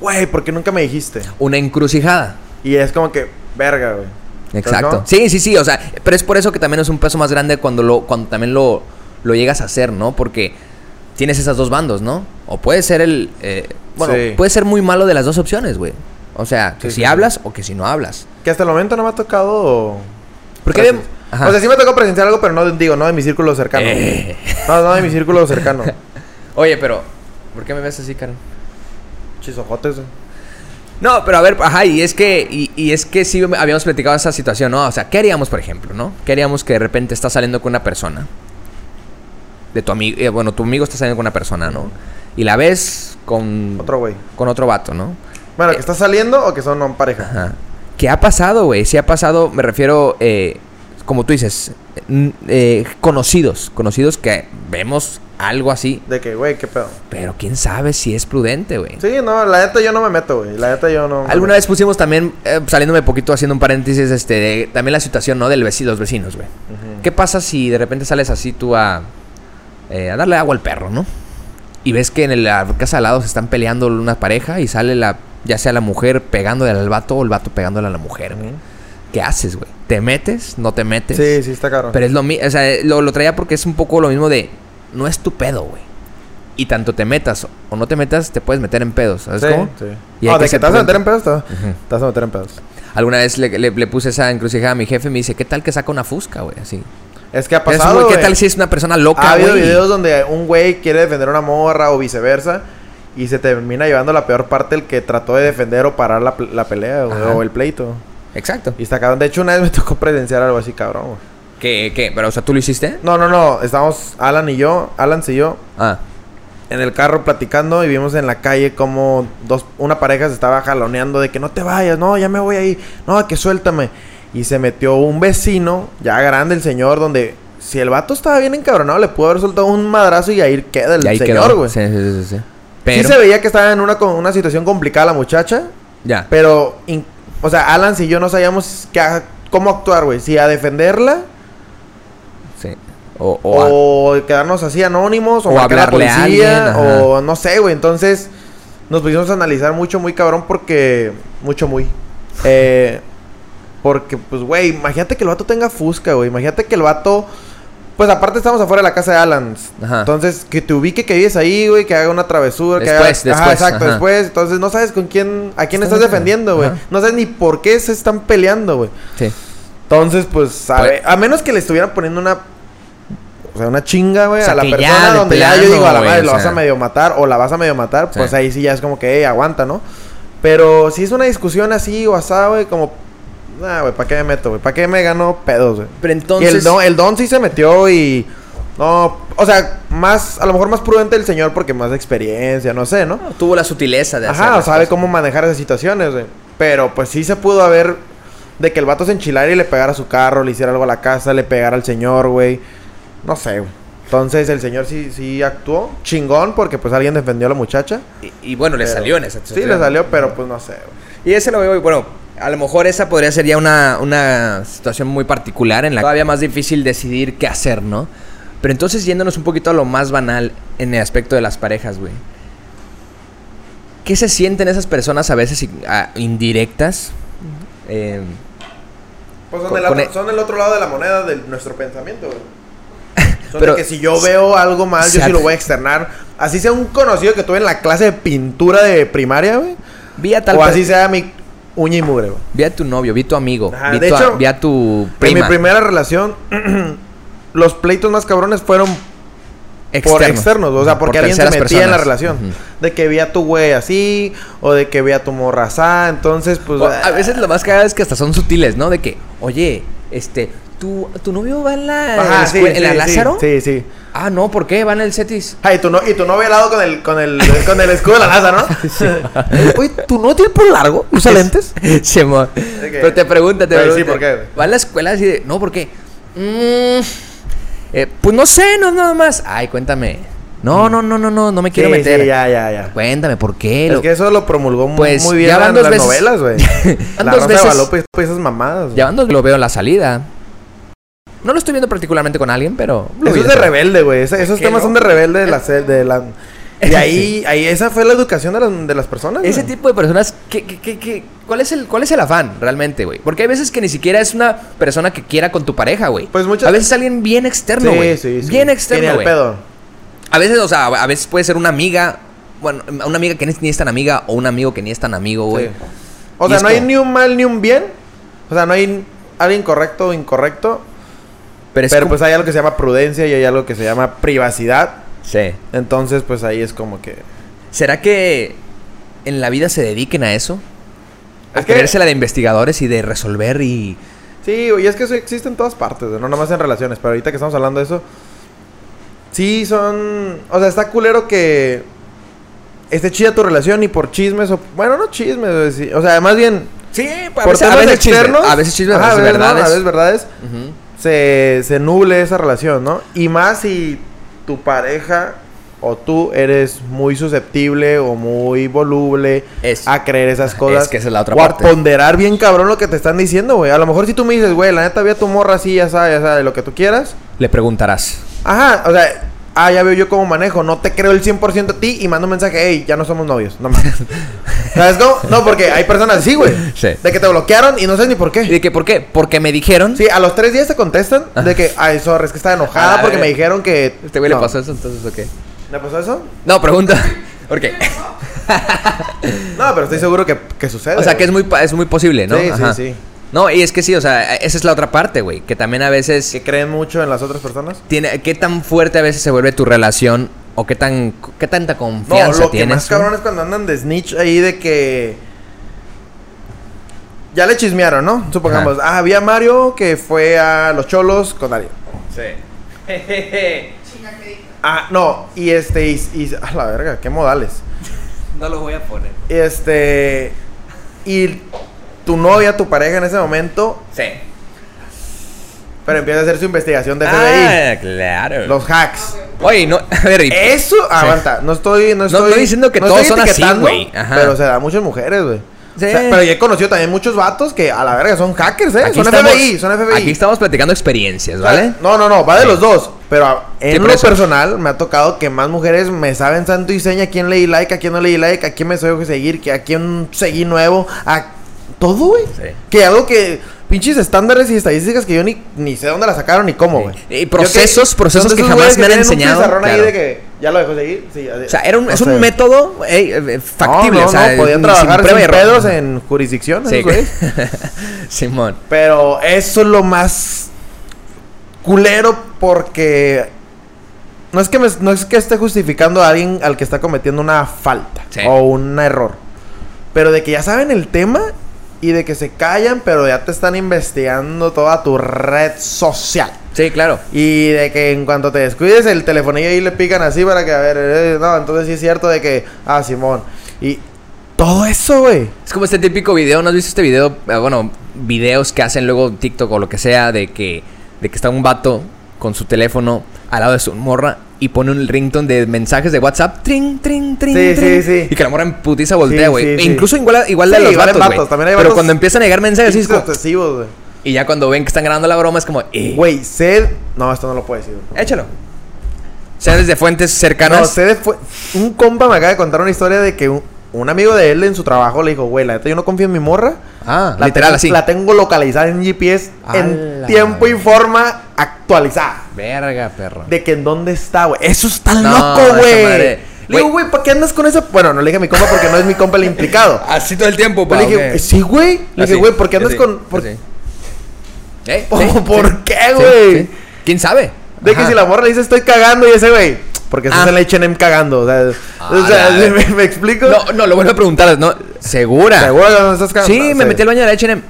Speaker 2: güey, ¿por qué nunca me dijiste?
Speaker 1: una encrucijada.
Speaker 2: Y es como que, verga, güey.
Speaker 1: Exacto.
Speaker 2: Entonces,
Speaker 1: Sí, sí, sí. O sea, pero es por eso que también es un peso más grande cuando lo, cuando también lo, lo llegas a hacer, ¿no? Porque tienes esas dos bandos, ¿no? O puede ser el, eh, bueno,
Speaker 2: Sí.
Speaker 1: puede ser muy malo de las dos opciones, güey. O sea, que si
Speaker 2: Sí, sí, sí.
Speaker 1: hablas o que si no hablas.
Speaker 2: no. Que hasta el momento no me ha tocado.
Speaker 1: Porque
Speaker 2: presen-
Speaker 1: de- ajá.
Speaker 2: O sea, sí me tocó presenciar algo, pero no de- digo, no de mi círculo cercano.
Speaker 1: Eh.
Speaker 2: No, no de mi círculo cercano.
Speaker 1: Oye, pero ¿por qué me ves así, Karen?
Speaker 2: Chisojotes, güey.
Speaker 1: No, pero a ver, ajá, y es que, y, y es que sí habíamos platicado esa situación, ¿no? O sea, ¿qué haríamos, por ejemplo, no? ¿Qué haríamos que de repente estás saliendo con una persona? De tu amigo, bueno, tu amigo está saliendo con una persona, ¿no? Y la ves con
Speaker 2: Otro güey.
Speaker 1: con otro vato, ¿no?
Speaker 2: Bueno, que está saliendo o que son no, pareja.
Speaker 1: Eh. Ajá. ¿Qué ha pasado, güey? Sí ha pasado, me refiero, eh, como tú dices, n- eh, conocidos, conocidos que vemos algo así,
Speaker 2: De que, güey, qué pedo.
Speaker 1: pero quién sabe si es prudente, güey.
Speaker 2: Sí, no, la neta yo no me meto, güey. La neta yo no. me
Speaker 1: Alguna
Speaker 2: meto.
Speaker 1: vez pusimos también, eh, saliéndome poquito, haciendo un paréntesis, este, de- también la situación, ¿no? Del vecino, los vecinos, güey.
Speaker 2: Ujú.
Speaker 1: ¿Qué pasa si de repente sales así tú a, eh, a darle agua al perro, no? Y ves que en la casa al lado se están peleando una pareja y sale la, ya sea la mujer pegándole al vato o el vato pegándole a la mujer, güey. ¿Qué haces, güey? ¿Te metes? ¿No te metes?
Speaker 2: Sí, sí, está caro.
Speaker 1: Pero es lo mismo, o sea, eh, lo, lo traía porque es un poco lo mismo de, no es tu pedo, güey. Y tanto te metas o no te metas, te puedes meter en pedos, ¿sabes
Speaker 2: sí,
Speaker 1: cómo?
Speaker 2: sí.
Speaker 1: Y hay
Speaker 2: Ah,
Speaker 1: que
Speaker 2: de que
Speaker 1: ser
Speaker 2: te vas a
Speaker 1: prudente.
Speaker 2: meter en pedos, te vas-
Speaker 1: Ujú.
Speaker 2: te vas a meter en pedos.
Speaker 1: Alguna vez le, le- le puse esa encrucijada a mi jefe y me dice, ¿qué tal que saca una fusca, güey? Así.
Speaker 2: Es que ha
Speaker 1: Es
Speaker 2: pasado.
Speaker 1: muy- ¿Qué
Speaker 2: güey.
Speaker 1: tal si es una persona loca,
Speaker 2: Ha habido
Speaker 1: güey?
Speaker 2: videos donde un güey quiere defender a una morra o viceversa y se termina llevando la peor parte el que trató de defender o parar la, pl- la pelea güey,
Speaker 1: Ajá.
Speaker 2: o el pleito.
Speaker 1: Exacto.
Speaker 2: Y está cabrón. De hecho, una vez me tocó presenciar algo así, cabrón. güey.
Speaker 1: ¿Qué, qué? Pero, o sea, ¿tú lo hiciste?
Speaker 2: No, no, no. Estábamos Alan y yo, Alan y yo,
Speaker 1: Ah.
Speaker 2: en el carro platicando y vimos en la calle como dos, una pareja se estaba jaloneando de que no te vayas, no, ya me voy ahí, no, que suéltame. Y se metió un vecino, ya grande el señor, donde si el vato estaba bien encabronado, le pudo haber soltado un madrazo y ahí queda el
Speaker 1: y ahí
Speaker 2: señor,
Speaker 1: quedó.
Speaker 2: güey.
Speaker 1: Sí, sí, sí, sí.
Speaker 2: Sí
Speaker 1: Pero,
Speaker 2: se veía que estaba en una, con- una situación complicada la muchacha,
Speaker 1: ya.
Speaker 2: pero, in- o sea, Alan y yo no sabíamos qué a- cómo actuar, güey. Si a defenderla
Speaker 1: sí. O, o a-
Speaker 2: o, quedarnos así anónimos o,
Speaker 1: o
Speaker 2: marcar a la
Speaker 1: hablarle a
Speaker 2: policía
Speaker 1: alguien, ajá.
Speaker 2: o no sé, güey. Entonces nos pusimos a analizar mucho, muy cabrón porque... Mucho, muy. Eh, porque, pues, güey, imagínate que el vato tenga fusca, güey. Imagínate que el vato... Pues aparte estamos afuera de la casa de Alan.
Speaker 1: Ajá.
Speaker 2: Entonces, que te ubique que vives ahí, güey, que haga una travesura,
Speaker 1: Después,
Speaker 2: que haga... Ajá,
Speaker 1: después,
Speaker 2: exacto,
Speaker 1: ajá.
Speaker 2: después. Entonces, no sabes con quién... A quién
Speaker 1: Está
Speaker 2: estás
Speaker 1: bien,
Speaker 2: defendiendo, güey.
Speaker 1: ajá.
Speaker 2: No sabes ni por qué se están peleando, güey.
Speaker 1: sí.
Speaker 2: Entonces, pues, a,
Speaker 1: Pues-
Speaker 2: ver, a menos que le estuvieran poniendo una. O sea, una chinga, güey,
Speaker 1: O sea,
Speaker 2: a la
Speaker 1: que ya,
Speaker 2: persona
Speaker 1: de
Speaker 2: donde ya yo
Speaker 1: plano,
Speaker 2: digo, a la
Speaker 1: güey,
Speaker 2: madre,
Speaker 1: o
Speaker 2: lo vas
Speaker 1: sea.
Speaker 2: a medio matar o la vas a medio matar, pues
Speaker 1: Sí.
Speaker 2: ahí sí ya es como que, "Ey, aguanta, ¿no? Pero si es una discusión así o asada, güey, como. Nah, güey, ¿para qué me meto, güey? ¿Para qué me gano pedos, güey?
Speaker 1: Pero
Speaker 2: Y
Speaker 1: entonces...
Speaker 2: el don, el don sí se metió y. No, o sea, más, a lo mejor más prudente el señor porque más experiencia, no sé, ¿no?
Speaker 1: Tuvo la sutileza de hacer
Speaker 2: Ajá,
Speaker 1: las
Speaker 2: sabe
Speaker 1: cosas.
Speaker 2: cómo manejar esas situaciones, güey. Pero pues sí se pudo haber de que el vato se enchilara y le pegara a su carro, le hiciera algo a la casa, le pegara al señor, güey. No sé, güey. Entonces el señor sí, sí actuó chingón porque pues alguien defendió a la muchacha.
Speaker 1: Y, y bueno, le
Speaker 2: Pero-
Speaker 1: salió en esa
Speaker 2: Sí, le salió, pero pues no sé, güey.
Speaker 1: Y ese lo veo, bueno, a lo mejor esa podría ser ya una, una situación muy particular en la que todavía más difícil decidir qué hacer, ¿no? Pero entonces yéndonos un poquito a lo más banal en el aspecto de las parejas, güey. ¿Qué se sienten esas personas a veces in- a- indirectas? Eh,
Speaker 2: Pues
Speaker 1: Con-
Speaker 2: son, el,
Speaker 1: con
Speaker 2: otro-
Speaker 1: e-
Speaker 2: son el otro lado de la moneda de nuestro pensamiento, güey. Son
Speaker 1: Pero-
Speaker 2: de que si yo veo algo mal,
Speaker 1: se
Speaker 2: yo sí
Speaker 1: ad-
Speaker 2: lo voy a externar. Así sea un conocido que tuve en la clase de pintura de primaria, güey.
Speaker 1: vi a tal
Speaker 2: O
Speaker 1: per-
Speaker 2: así sea mi uña y mugre, güey.
Speaker 1: vi a tu novio, vi a tu amigo,
Speaker 2: Ajá,
Speaker 1: vi,
Speaker 2: de
Speaker 1: tu a-
Speaker 2: hecho,
Speaker 1: vi a tu
Speaker 2: En
Speaker 1: prima.
Speaker 2: mi primera relación, los pleitos más cabrones fueron por externos, o sea, porque alguien se
Speaker 1: terceras
Speaker 2: metía en la
Speaker 1: personas.
Speaker 2: relación.
Speaker 1: Ujú.
Speaker 2: De que veía a tu güey así, o de que veía a tu morra asá, entonces, pues.
Speaker 1: O- a veces lo más cagado es que hasta son sutiles, ¿no? De que, oye, este, ¿Tu, tu novio va en la,
Speaker 2: Ajá, sí,
Speaker 1: escuela- en
Speaker 2: sí,
Speaker 1: la
Speaker 2: sí,
Speaker 1: Lázaro?
Speaker 2: Sí, sí.
Speaker 1: Ah, no, ¿por qué? ¿Va en el Cetis?
Speaker 2: Ay, tu no, y tu novio al lado con el, con el, con el escudo de la Lázaro, ¿no? Oye, ¿tu no tiene por largo? ¿Usa lentes?
Speaker 1: Simón.
Speaker 2: que-
Speaker 1: Pero te pregunta, te
Speaker 2: Pero
Speaker 1: pregunta.
Speaker 2: sí, ¿por qué, güey?
Speaker 1: Va a la escuela así de, no, ¿por qué? Mm, eh, pues no sé, no es nada más. Ay, cuéntame. No, no, no, no, no, no me quiero
Speaker 2: Sí,
Speaker 1: meter.
Speaker 2: Sí, ya, ya, ya.
Speaker 1: Cuéntame, ¿por qué?
Speaker 2: Es
Speaker 1: Lo-
Speaker 2: que eso lo promulgó mu-
Speaker 1: Pues,
Speaker 2: muy bien
Speaker 1: ya van
Speaker 2: en
Speaker 1: dos
Speaker 2: las
Speaker 1: veces.
Speaker 2: novelas, güey.
Speaker 1: Van
Speaker 2: la
Speaker 1: dos
Speaker 2: Rosa
Speaker 1: veces.
Speaker 2: de Guadalupe y esas mamadas. güey.
Speaker 1: Llevando lo veo en la salida. No lo estoy viendo particularmente con alguien, pero... lo
Speaker 2: Eso
Speaker 1: vi
Speaker 2: es de
Speaker 1: detrás.
Speaker 2: rebelde, güey. Ese- Esos
Speaker 1: ¿Qué
Speaker 2: temas
Speaker 1: no?
Speaker 2: son de rebelde de la... se- De la... Y ahí, ahí esa fue la educación de las, de las personas.
Speaker 1: Ese
Speaker 2: güey.
Speaker 1: tipo de personas, ¿qué, qué, qué, qué- cuál, es el, ¿cuál es el afán realmente, güey? Porque hay veces que ni siquiera es una persona que quiera con tu pareja, güey.
Speaker 2: Pues muchas-
Speaker 1: A veces alguien bien externo, güey. Bien
Speaker 2: Ni
Speaker 1: externo,
Speaker 2: al
Speaker 1: güey.
Speaker 2: pedo.
Speaker 1: A veces, o sea, a veces puede ser una amiga, bueno, una amiga que ni ni es tan amiga o un amigo que ni es tan amigo, güey.
Speaker 2: Sí. O
Speaker 1: Y
Speaker 2: sea,
Speaker 1: es
Speaker 2: no hay
Speaker 1: como-
Speaker 2: ni un mal ni un bien. O sea, no hay alguien correcto o incorrecto.
Speaker 1: Pero es
Speaker 2: pero
Speaker 1: como-
Speaker 2: pues hay algo que se llama prudencia y hay algo que se llama privacidad.
Speaker 1: Sí.
Speaker 2: Entonces, pues ahí es como que.
Speaker 1: ¿Será que en la vida se dediquen a eso? A
Speaker 2: Es que-
Speaker 1: creérsela de investigadores y de resolver y...
Speaker 2: Sí, güey, y es que eso existe en todas partes, güey, no nomás en relaciones, pero ahorita que estamos hablando de eso. Sí, son. O sea, está culero que. Esté chida tu relación y por chismes o. Bueno, no chismes, güey, sí, o sea, más bien.
Speaker 1: Sí, a
Speaker 2: por
Speaker 1: veces, a
Speaker 2: temas
Speaker 1: veces chisme,
Speaker 2: externos.
Speaker 1: a veces chismes,
Speaker 2: ajá,
Speaker 1: a veces
Speaker 2: no,
Speaker 1: verdades.
Speaker 2: a veces verdades.
Speaker 1: Ujú.
Speaker 2: se, se nuble esa relación, ¿no? Y más si tu pareja o tú eres muy susceptible o muy voluble
Speaker 1: Es-
Speaker 2: a creer esas cosas.
Speaker 1: es que esa es la otra
Speaker 2: o a
Speaker 1: parte.
Speaker 2: ponderar bien cabrón lo que te están diciendo, güey. A lo mejor si tú me dices, güey, la neta, había tu morra así, ya sabes, ya sabes, lo que tú quieras.
Speaker 1: Le preguntarás.
Speaker 2: Ajá, o sea, ah, ya veo yo cómo manejo. No te creo el 100% a ti y mando un mensaje, hey, ya no somos novios. No mames. ¿Sabes cómo? No, porque hay personas así, güey.
Speaker 1: Sí.
Speaker 2: De que te bloquearon y no sabes ni por qué.
Speaker 1: ¿Y de que por qué? Porque me dijeron.
Speaker 2: Sí, a los tres días te contestan de que, ay, sorry, es que estaba enojada
Speaker 1: Ah,
Speaker 2: porque
Speaker 1: eh.
Speaker 2: me dijeron que.
Speaker 1: Este güey
Speaker 2: No.
Speaker 1: le pasó eso, entonces, ¿ok?
Speaker 2: ¿Le pasó eso?
Speaker 1: No, pregunta. ¿Por qué?
Speaker 2: No, pero estoy seguro que, que sucede.
Speaker 1: Eh. O sea, que es
Speaker 2: güey.
Speaker 1: muy, pa- es muy posible, ¿no?
Speaker 2: Sí, sí, sí.
Speaker 1: No, y es que sí, o sea, esa es la otra parte, güey. Que también a veces.
Speaker 2: Que creen mucho en las otras personas.
Speaker 1: Tiene, ¿Qué tan fuerte a veces se vuelve tu relación? ¿O qué, tan, qué tanta
Speaker 2: No,
Speaker 1: confianza
Speaker 2: lo que
Speaker 1: tienes?
Speaker 2: más cabrón es cuando andan de snitch ahí de que. Ya le chismearon, ¿no? Supongamos, ah, había Mario que fue a los cholos con Dario.
Speaker 1: Sí.
Speaker 2: Ah, no, y este, y, y- a la verga, qué modales.
Speaker 1: no lo voy a poner.
Speaker 2: Este, y tu novia, tu pareja en ese momento,
Speaker 1: Sí.
Speaker 2: pero empieza a hacer su investigación de FBI.
Speaker 1: Ah, claro.
Speaker 2: Los hacks.
Speaker 1: Oye, no. A ver, y-
Speaker 2: Eso, aguanta, no estoy, no estoy,
Speaker 1: estoy diciendo que
Speaker 2: no
Speaker 1: todos
Speaker 2: estoy
Speaker 1: son así,
Speaker 2: etiquetando,
Speaker 1: güey. Ajá.
Speaker 2: Pero se da a muchas mujeres, güey.
Speaker 1: Sí.
Speaker 2: O sea, pero yo he conocido también muchos vatos que a la verga son hackers, eh.
Speaker 1: aquí
Speaker 2: son
Speaker 1: estamos-
Speaker 2: FBI, son FBI.
Speaker 1: Aquí estamos platicando experiencias,
Speaker 2: O sea,
Speaker 1: ¿vale?
Speaker 2: No, no, no, va de los dos. Pero a- en
Speaker 1: Sí, por
Speaker 2: lo
Speaker 1: eso.
Speaker 2: personal me ha tocado que más mujeres me saben santo y seña a quién leí like, a quién no leí like, a quién me soy que seguir, que a quién seguí nuevo, a todo, güey.
Speaker 1: Sí.
Speaker 2: Que algo que pinches estándares y estadísticas que yo ni, ni sé dónde las sacaron ni cómo, güey.
Speaker 1: Sí. Y
Speaker 2: Yo que-
Speaker 1: procesos, procesos
Speaker 2: son de
Speaker 1: que
Speaker 2: esos
Speaker 1: jamás
Speaker 2: güeyes
Speaker 1: me han
Speaker 2: tienen un
Speaker 1: enseñado,
Speaker 2: pizarrón ahí
Speaker 1: claro.
Speaker 2: de que ya lo dejó seguir. sí, así-
Speaker 1: O sea, era un, es
Speaker 2: no
Speaker 1: un
Speaker 2: sé.
Speaker 1: método ey, eh, factible.
Speaker 2: No, no,
Speaker 1: o sea,
Speaker 2: no, podían
Speaker 1: sin
Speaker 2: trabajar sin
Speaker 1: prueba y error.
Speaker 2: pedos en jurisdicción,
Speaker 1: Sí.
Speaker 2: esos güeyes.
Speaker 1: Simón.
Speaker 2: Pero eso es lo más culero porque no es que me- no es que esté justificando a alguien al que está cometiendo una falta
Speaker 1: Sí.
Speaker 2: o un error, pero de que ya saben el tema y de que se callan, pero ya te están investigando toda tu red social.
Speaker 1: Sí, claro.
Speaker 2: Y de que en cuanto te descuides el telefonillo ahí le pican así para que a ver, eh, no, entonces sí es cierto de que ah Simón y todo eso, güey.
Speaker 1: Es como este típico video, ¿no has visto este video? Eh, Bueno, videos que hacen luego TikTok o lo que sea de que, de que está un vato con su teléfono al lado de su morra y pone un ringtone de mensajes de WhatsApp. Tring, tring, tring,
Speaker 2: Sí, sí,
Speaker 1: tring,
Speaker 2: sí.
Speaker 1: Y que la morra en putiza voltea,
Speaker 2: Sí,
Speaker 1: güey.
Speaker 2: sí,
Speaker 1: E
Speaker 2: sí.
Speaker 1: incluso igual, igual de
Speaker 2: Sí,
Speaker 1: los
Speaker 2: igual en
Speaker 1: vatos, güey.
Speaker 2: vatos, también hay
Speaker 1: Pero
Speaker 2: vatos
Speaker 1: cuando empiezan a llegar mensajes, sí es
Speaker 2: Pinches
Speaker 1: como-
Speaker 2: obsesivos, güey.
Speaker 1: y ya cuando ven que están grabando la broma es como... eh,
Speaker 2: Güey, sed. No, esto no lo puedo decir.
Speaker 1: Échalo. O sea, desde fuentes cercanas.
Speaker 2: No, sed fue. Un compa me acaba de contar una historia de que un, un amigo de él en su trabajo le dijo, güey, la neta yo no confío en mi morra.
Speaker 1: Ah,
Speaker 2: La
Speaker 1: literal
Speaker 2: tengo-
Speaker 1: así.
Speaker 2: La tengo localizada en GPS
Speaker 1: A
Speaker 2: en
Speaker 1: la
Speaker 2: tiempo y forma actualizada.
Speaker 1: Verga, perro.
Speaker 2: De que en dónde está, güey. Eso está
Speaker 1: No, esa
Speaker 2: loco,
Speaker 1: madre.
Speaker 2: güey. Le
Speaker 1: Güey.
Speaker 2: digo, güey, ¿para qué andas con esa? Bueno, no le dije a mi compa porque no es mi compa el implicado.
Speaker 1: Así todo el tiempo,
Speaker 2: Pero Pues le dije, sí, güey.
Speaker 1: Ah,
Speaker 2: Le dije, güey, ¿por qué andas con.? por-
Speaker 1: ¿Eh?
Speaker 2: ¿Por,
Speaker 1: sí,
Speaker 2: por
Speaker 1: sí,
Speaker 2: qué,
Speaker 1: sí,
Speaker 2: güey?
Speaker 1: sí. ¿Quién sabe?
Speaker 2: De que
Speaker 1: Ajá.
Speaker 2: si la morra le dice estoy cagando y ese güey. Porque
Speaker 1: Ah.
Speaker 2: estás en la H&M cagando. O sea, o
Speaker 1: Ah, la-
Speaker 2: sea, ¿me, me explico?
Speaker 1: No, no, lo vuelvo a preguntar, ¿no? ¿Segura?
Speaker 2: ¿Seguro que no estás cagando?
Speaker 1: Sí, me metí al baño de la H&M.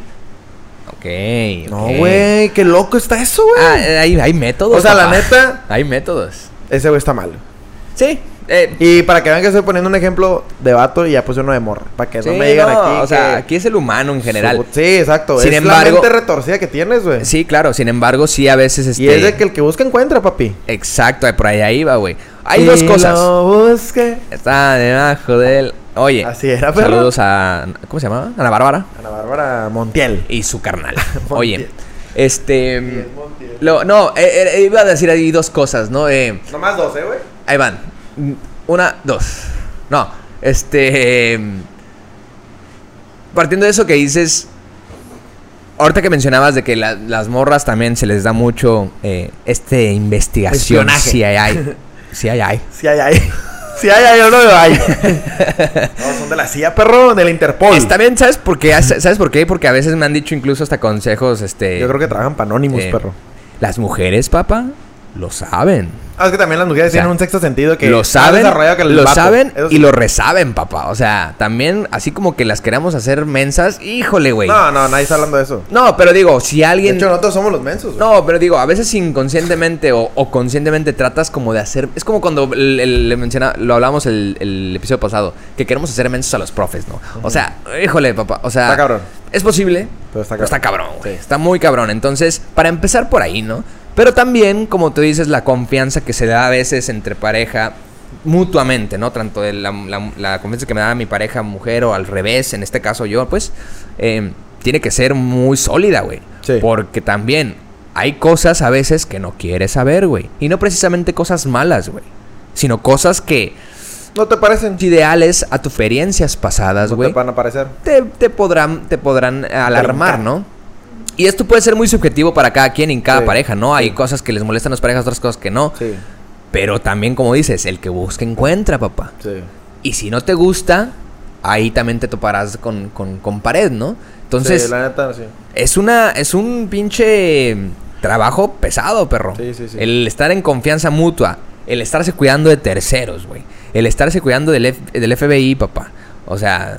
Speaker 1: ok.
Speaker 2: Ah, No,
Speaker 1: ok.
Speaker 2: güey, qué loco está eso, güey.
Speaker 1: Ah, eh, hay, hay métodos.
Speaker 2: O sea, la
Speaker 1: papá.
Speaker 2: neta-
Speaker 1: Hay métodos.
Speaker 2: Ese güey está mal.
Speaker 1: Sí. eh,
Speaker 2: Y para que vean que estoy poniendo un ejemplo de vato y ya puse uno de morra. Para que no
Speaker 1: sí,
Speaker 2: me digan
Speaker 1: no,
Speaker 2: aquí.
Speaker 1: O sea,
Speaker 2: que-
Speaker 1: aquí es el humano en general.
Speaker 2: Su- Sí, exacto.
Speaker 1: Sin
Speaker 2: es
Speaker 1: embargo-
Speaker 2: la mente retorcida que tienes, güey.
Speaker 1: Sí, claro. Sin embargo, sí, a veces. Este,
Speaker 2: Y es de que el que busca encuentra, papi.
Speaker 1: Exacto, eh, por ahí iba, güey. Hay
Speaker 2: Y
Speaker 1: dos cosas.
Speaker 2: Lo busque.
Speaker 1: Está debajo del. Oye.
Speaker 2: Así era, perro.
Speaker 1: Saludos a. ¿Cómo se llamaba? Ana Bárbara.
Speaker 2: Ana Bárbara Montiel.
Speaker 1: y su carnal.
Speaker 2: Montiel.
Speaker 1: Oye, este.
Speaker 2: Montiel, Montiel.
Speaker 1: lo- no, eh, eh, iba a decir ahí dos cosas, ¿no? Eh,
Speaker 2: Nomás dos, ¿eh, güey?
Speaker 1: ahí van. Una, dos. No, este. Partiendo de eso que dices. Ahorita que mencionabas de que la- las morras también se les da mucho eh, este investigación.
Speaker 2: Espionaje.
Speaker 1: Si hay, hay. Si hay, hay.
Speaker 2: Sí hay ahí. Sí hay ahí, yo no veo ahí. no, son de la CIA, perro, de la Interpol.
Speaker 1: Está bien, ¿sabes por qué? ¿Sabes por qué? Porque a veces me han dicho incluso hasta consejos, este.
Speaker 2: Yo creo que trabajan para Anonymous,
Speaker 1: eh,
Speaker 2: perro.
Speaker 1: Las mujeres, papá, lo saben.
Speaker 2: Ah, es que también las mujeres
Speaker 1: o sea,
Speaker 2: tienen un sexto sentido que...
Speaker 1: lo
Speaker 2: más
Speaker 1: saben,
Speaker 2: desarrollado que el
Speaker 1: lo
Speaker 2: vato.
Speaker 1: saben
Speaker 2: Eso
Speaker 1: y
Speaker 2: sí.
Speaker 1: lo resaben, papá. O sea, también así como que las queramos hacer mensas, híjole, güey. No.
Speaker 2: No, no, nadie está hablando de eso.
Speaker 1: pero digo, si
Speaker 2: De
Speaker 1: alguien...
Speaker 2: hecho, nosotros somos los mensos, güey.
Speaker 1: No, pero digo, a veces inconscientemente o, o conscientemente tratas como de hacer... Es como cuando el- el- le menciona, lo hablamos el, el episodio pasado, que queremos hacer mensos a los profes, ¿no? O sea, híjole, papá, o sea...
Speaker 2: Está cabrón.
Speaker 1: Es posible,
Speaker 2: Pero está
Speaker 1: pero está cabrón, güey.
Speaker 2: Sí.
Speaker 1: Está muy cabrón. Entonces, para empezar por ahí, ¿no? Pero también, como tú dices, la confianza que se da a veces entre pareja mutuamente, ¿no? Tanto de la, la- la confianza que me da mi pareja mujer o al revés, en este caso yo, pues, eh, tiene que ser muy sólida, güey.
Speaker 2: Sí.
Speaker 1: Porque también hay cosas a veces que no quieres saber, güey. Y no precisamente cosas malas, güey. Sino cosas que
Speaker 2: ¿No te parecen?
Speaker 1: ideales a tus experiencias pasadas,
Speaker 2: No
Speaker 1: güey
Speaker 2: te van a parecer.
Speaker 1: te, te podrán, te podrán alarmar, ¿no? Y esto puede ser muy subjetivo para cada quien y en cada
Speaker 2: Sí,
Speaker 1: pareja, ¿no? Hay
Speaker 2: sí.
Speaker 1: cosas que les molestan a las parejas, otras cosas que no.
Speaker 2: Sí,
Speaker 1: Pero también, como dices, el que busca encuentra, papá.
Speaker 2: sí.
Speaker 1: Y si no te gusta, ahí también te toparás con, con, con pared, ¿no? Entonces,
Speaker 2: Sí, la neta, sí.
Speaker 1: es una es un pinche trabajo pesado, perro.
Speaker 2: Sí, sí, sí.
Speaker 1: El estar en confianza mutua, el estarse cuidando de terceros, güey. El estarse cuidando del, F- del FBI, papá. O sea,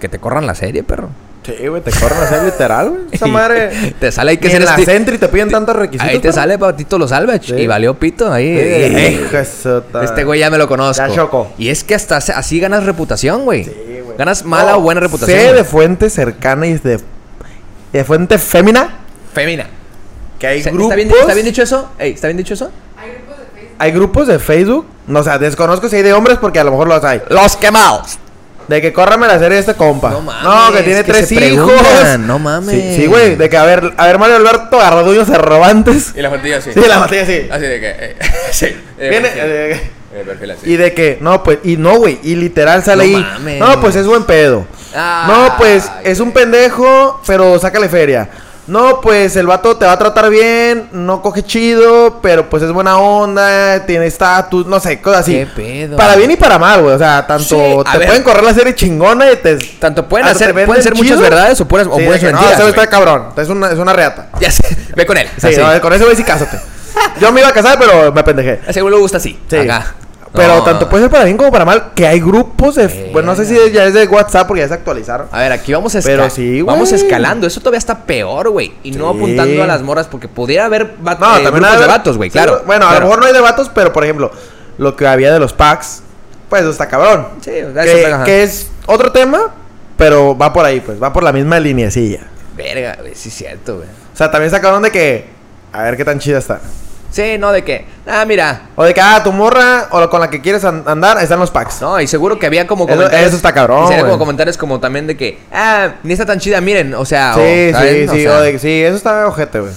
Speaker 1: que te corran la serie, perro.
Speaker 2: Sí, güey, te corren a hacer literal, güey. Esa madre.
Speaker 1: Te sale ahí que
Speaker 2: Ni en
Speaker 1: ser
Speaker 2: la
Speaker 1: esti-
Speaker 2: Sentry te piden tantos requisitos.
Speaker 1: Ahí te
Speaker 2: perro.
Speaker 1: sale Patito Los Salvage
Speaker 2: Sí.
Speaker 1: y valió pito ahí.
Speaker 2: Sí,
Speaker 1: Eh,
Speaker 2: hijo de su ta-
Speaker 1: Este güey ya me lo conozco.
Speaker 2: Ya chocó.
Speaker 1: Y es que hasta hace- así ganas reputación, güey.
Speaker 2: Sí, güey.
Speaker 1: Ganas mala
Speaker 2: No,
Speaker 1: o buena reputación.
Speaker 2: Sé
Speaker 1: güey.
Speaker 2: de fuente cercana y de, de fuente fémina
Speaker 1: Femina.
Speaker 2: que hay
Speaker 1: ¿Está-
Speaker 2: grupos.
Speaker 1: ¿Está bien, está bien dicho eso? Ey, ¿Está bien dicho eso?
Speaker 2: Hay grupos de Facebook. No, o sea, desconozco si hay de hombres porque a lo mejor los hay.
Speaker 1: Los quemados.
Speaker 2: De que córrame la serie de este compa.
Speaker 1: No
Speaker 2: No,
Speaker 1: mames,
Speaker 2: que tiene
Speaker 1: que
Speaker 2: tres
Speaker 1: se
Speaker 2: hijos.
Speaker 1: preguntan, no mames.
Speaker 2: Sí, sí, güey. de que a ver, a ver, Mario Alberto Garduño Cervantes.
Speaker 1: Y la plantilla así.
Speaker 2: Sí, la batalla sí.
Speaker 1: Así de que. eh, sí. de
Speaker 2: Viene.
Speaker 1: perfil.
Speaker 2: eh,
Speaker 1: De perfil así.
Speaker 2: Y de que, no, pues, y no, güey, y literal sale
Speaker 1: No
Speaker 2: ahí.
Speaker 1: mames.
Speaker 2: No, pues es buen pedo.
Speaker 1: Ah,
Speaker 2: no, pues es un pendejo, pero sácale feria. No, pues el vato te va a tratar bien, no coge chido, pero pues es buena onda, tiene estatus, no sé, cosas así.
Speaker 1: Qué pedo.
Speaker 2: Para bien y para mal, güey. O sea, tanto
Speaker 1: Sí, a
Speaker 2: te
Speaker 1: ver.
Speaker 2: pueden correr la serie chingona y te.
Speaker 1: Tanto pueden
Speaker 2: hasta Ah, te
Speaker 1: hacer,
Speaker 2: venden
Speaker 1: pueden ser muchas
Speaker 2: chido.
Speaker 1: verdades o puras, o
Speaker 2: Sí, de
Speaker 1: pueden
Speaker 2: que,
Speaker 1: ser
Speaker 2: no,
Speaker 1: mentiras.
Speaker 2: ese güey
Speaker 1: güey. Ah,
Speaker 2: está cabrón, es una, es una reata.
Speaker 1: Ya sé. Ve con él.
Speaker 2: Sí,
Speaker 1: así.
Speaker 2: no, con ese güey sí cásate. Yo me iba a casar, pero me pendejé.
Speaker 1: Seguro le gusta así.
Speaker 2: Sí.
Speaker 1: Acá.
Speaker 2: Pero
Speaker 1: No.
Speaker 2: tanto puede ser para bien como para mal, que hay grupos de... Pues no sé si es- ya es de WhatsApp porque ya se actualizaron.
Speaker 1: A ver, aquí vamos a
Speaker 2: Pero sí, güey.
Speaker 1: Vamos escalando. Eso todavía está peor, güey. Y no
Speaker 2: Sí.
Speaker 1: apuntando a las moras porque pudiera haber vatos
Speaker 2: No, también
Speaker 1: Ah, eh, grupos
Speaker 2: hay-
Speaker 1: de vatos, güey.
Speaker 2: sí,
Speaker 1: claro.
Speaker 2: Bueno, a
Speaker 1: claro.
Speaker 2: lo mejor no hay de vatos, pero por ejemplo, lo que había de los packs, pues está cabrón.
Speaker 1: Sí, o sea, eso,
Speaker 2: que,
Speaker 1: ajá.
Speaker 2: que es otro tema, pero va por ahí, pues va por la misma linecilla.
Speaker 1: Verga, güey. Sí, es cierto, güey.
Speaker 2: O sea, también está cabrón de que... A ver qué tan chida está.
Speaker 1: Sí, no, de qué. Ah, mira.
Speaker 2: O de que, ah, tu morra o la- con la que quieres an- andar, están los packs.
Speaker 1: No, y seguro que había como
Speaker 2: Eso- eso está cabrón,
Speaker 1: y sería como
Speaker 2: güey.
Speaker 1: comentarios como también de que, ah, ni está tan chida, miren, o sea,
Speaker 2: sí,
Speaker 1: o,
Speaker 2: sí,
Speaker 1: ¿saben? O
Speaker 2: sí,
Speaker 1: sea,
Speaker 2: Ah, o de- sí, eso está ojete, güey.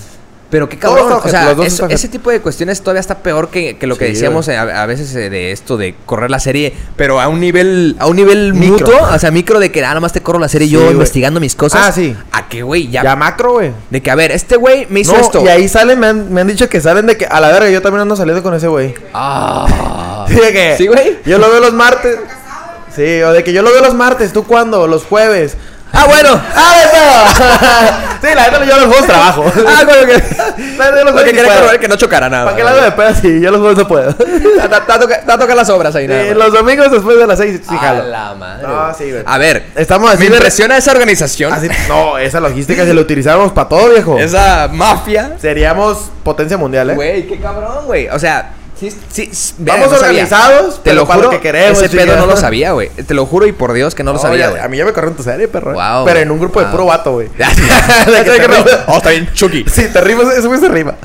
Speaker 1: Pero qué
Speaker 2: Todo
Speaker 1: cabrón,
Speaker 2: está
Speaker 1: o
Speaker 2: ojete,
Speaker 1: sea,
Speaker 2: los dos
Speaker 1: eso-
Speaker 2: está ojete.
Speaker 1: ese tipo de cuestiones todavía está peor que, que lo que
Speaker 2: Sí,
Speaker 1: decíamos
Speaker 2: güey.
Speaker 1: eh, a, a veces eh, de esto de correr la serie, pero a un nivel a un nivel
Speaker 2: Micro.
Speaker 1: mutuo, o sea, micro de que nada más te corro la serie
Speaker 2: Sí,
Speaker 1: yo
Speaker 2: güey.
Speaker 1: investigando mis cosas.
Speaker 2: Ah, sí.
Speaker 1: A que güey, ya,
Speaker 2: Ya, macro, güey.
Speaker 1: de que a ver, este güey me hizo
Speaker 2: No,
Speaker 1: esto.
Speaker 2: Y ahí salen, me han, me han dicho que salen de que a la verga, yo también ando saliendo con ese güey.
Speaker 1: Ah.
Speaker 2: Sí, de que
Speaker 1: Sí, güey.
Speaker 2: Yo lo veo los martes. Sí, o de que yo lo veo los martes, ¿tú cuándo? Los jueves.
Speaker 1: ¡Ah, bueno!
Speaker 2: ¡Ah, de pedo! sí, la neta yo los juegos trabajo.
Speaker 1: ¡Ah, bueno! Que...
Speaker 2: La neta yo
Speaker 1: Lo
Speaker 2: los
Speaker 1: que
Speaker 2: juegos ni
Speaker 1: quería
Speaker 2: puedo. Ah,
Speaker 1: comprobar que no chocara nada.
Speaker 2: ¿Para qué la hago de pedo si yo los juegos no puedo?
Speaker 1: Te va a tocar- te va a tocar las obras ahí, nada.
Speaker 2: Sí,
Speaker 1: más.
Speaker 2: los domingos después de las seis sí
Speaker 1: A
Speaker 2: jalo.
Speaker 1: la madre.
Speaker 2: No,
Speaker 1: güey.
Speaker 2: sí, güey.
Speaker 1: A ver,
Speaker 2: Estamos
Speaker 1: me
Speaker 2: así de-
Speaker 1: impresiona esa organización,
Speaker 2: así- no, esa logística si la utilizáramos para todo, viejo.
Speaker 1: esa mafia.
Speaker 2: Seríamos potencia mundial, ¿eh?
Speaker 1: Güey, qué cabrón, güey. O sea, sí, sí, s- verga,
Speaker 2: Vamos
Speaker 1: no sabía.
Speaker 2: organizados,
Speaker 1: Te
Speaker 2: pero
Speaker 1: lo
Speaker 2: para
Speaker 1: juro,
Speaker 2: lo que queremos,
Speaker 1: ese pedo
Speaker 2: chingada.
Speaker 1: no lo sabía, güey. Te lo juro y por Dios que no, lo
Speaker 2: No,
Speaker 1: sabía,
Speaker 2: ya-
Speaker 1: güey.
Speaker 2: A mí ya me corrieron tu serie, perro. ¿eh?
Speaker 1: Wow,
Speaker 2: Pero en un grupo de
Speaker 1: wow.
Speaker 2: puro vato, güey.
Speaker 1: Ya
Speaker 2: De que
Speaker 1: sé que
Speaker 2: te
Speaker 1: no.
Speaker 2: ríes.
Speaker 1: Oh, está bien, Chucky.
Speaker 2: Sí, te rimas, eso güey se rima.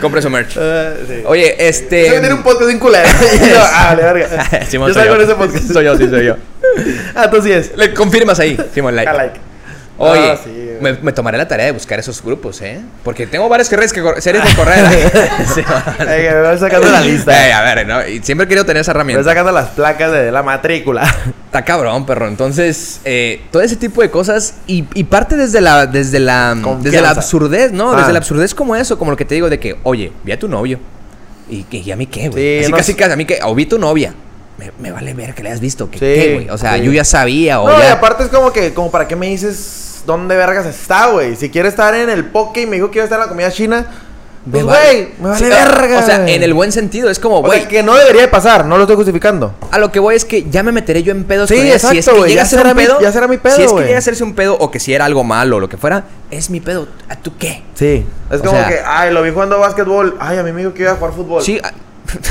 Speaker 1: Compre su merch.
Speaker 2: Eh, sí.
Speaker 1: Oye, este.
Speaker 2: Ese güey tiene un podcast bien culero. Y yo, ah, vale, verga.
Speaker 1: Simón,
Speaker 2: yo
Speaker 1: soy
Speaker 2: salgo en ese podcast.
Speaker 1: Soy yo, sí, soy yo.
Speaker 2: Ah, tú sí es.
Speaker 1: Le confirmas ahí, Simón Like.
Speaker 2: Ah, like.
Speaker 1: Oye,
Speaker 2: Ah, sí, güey.
Speaker 1: me, me tomaré la tarea de buscar esos grupos, ¿eh? Porque tengo varias carreras que cor- series de correr. ¿eh? Sí, man.
Speaker 2: Eh, que me voy sacando la lista. Pues
Speaker 1: Ey, a ver, ¿no? Y siempre he querido tener esa
Speaker 2: me
Speaker 1: herramienta.
Speaker 2: voy sacando las placas de la matrícula.
Speaker 1: Está cabrón, perro. Entonces, eh, todo ese tipo de cosas y, y parte desde la desde la desde la
Speaker 2: Confianza.
Speaker 1: absurdez, ¿no?
Speaker 2: Ah.
Speaker 1: Desde la absurdez como eso, como lo que te digo de que, oye, vi a tu novio. ¿Y, que- y a mí qué, güey?
Speaker 2: Sí,
Speaker 1: Así
Speaker 2: no
Speaker 1: casi
Speaker 2: es-
Speaker 1: casi a mí qué, o vi tu novia. Me, me vale ver que le has visto, que
Speaker 2: Sí,
Speaker 1: qué, güey. O sea,
Speaker 2: sí.
Speaker 1: yo ya sabía o
Speaker 2: no, y
Speaker 1: ya-
Speaker 2: aparte es como que, como para qué me dices dónde vergas está, güey. Si quiere estar en el poke y me dijo que iba a estar en la comida china, pues,
Speaker 1: me
Speaker 2: güey,
Speaker 1: vale-
Speaker 2: me vale
Speaker 1: Sí,
Speaker 2: verga.
Speaker 1: O sea,
Speaker 2: güey.
Speaker 1: en el buen sentido, es como,
Speaker 2: O sea,
Speaker 1: güey,
Speaker 2: que no debería de pasar, no lo estoy justificando.
Speaker 1: A lo que voy es que ya me meteré yo en pedos.
Speaker 2: Sí,
Speaker 1: con ella. Si es
Speaker 2: exacto,
Speaker 1: que
Speaker 2: güey,
Speaker 1: llega a
Speaker 2: ya
Speaker 1: ser un
Speaker 2: será mi-
Speaker 1: pedo.
Speaker 2: ya será mi pedo,
Speaker 1: Si es que
Speaker 2: güey.
Speaker 1: llega a hacerse un pedo o que si era algo malo o lo que fuera, es mi pedo. ¿A tú qué?
Speaker 2: Sí. Es
Speaker 1: O
Speaker 2: como
Speaker 1: sea-
Speaker 2: que, ay, lo vi jugando básquetbol. Ay, a mi amigo que iba a jugar fútbol.
Speaker 1: Sí. a-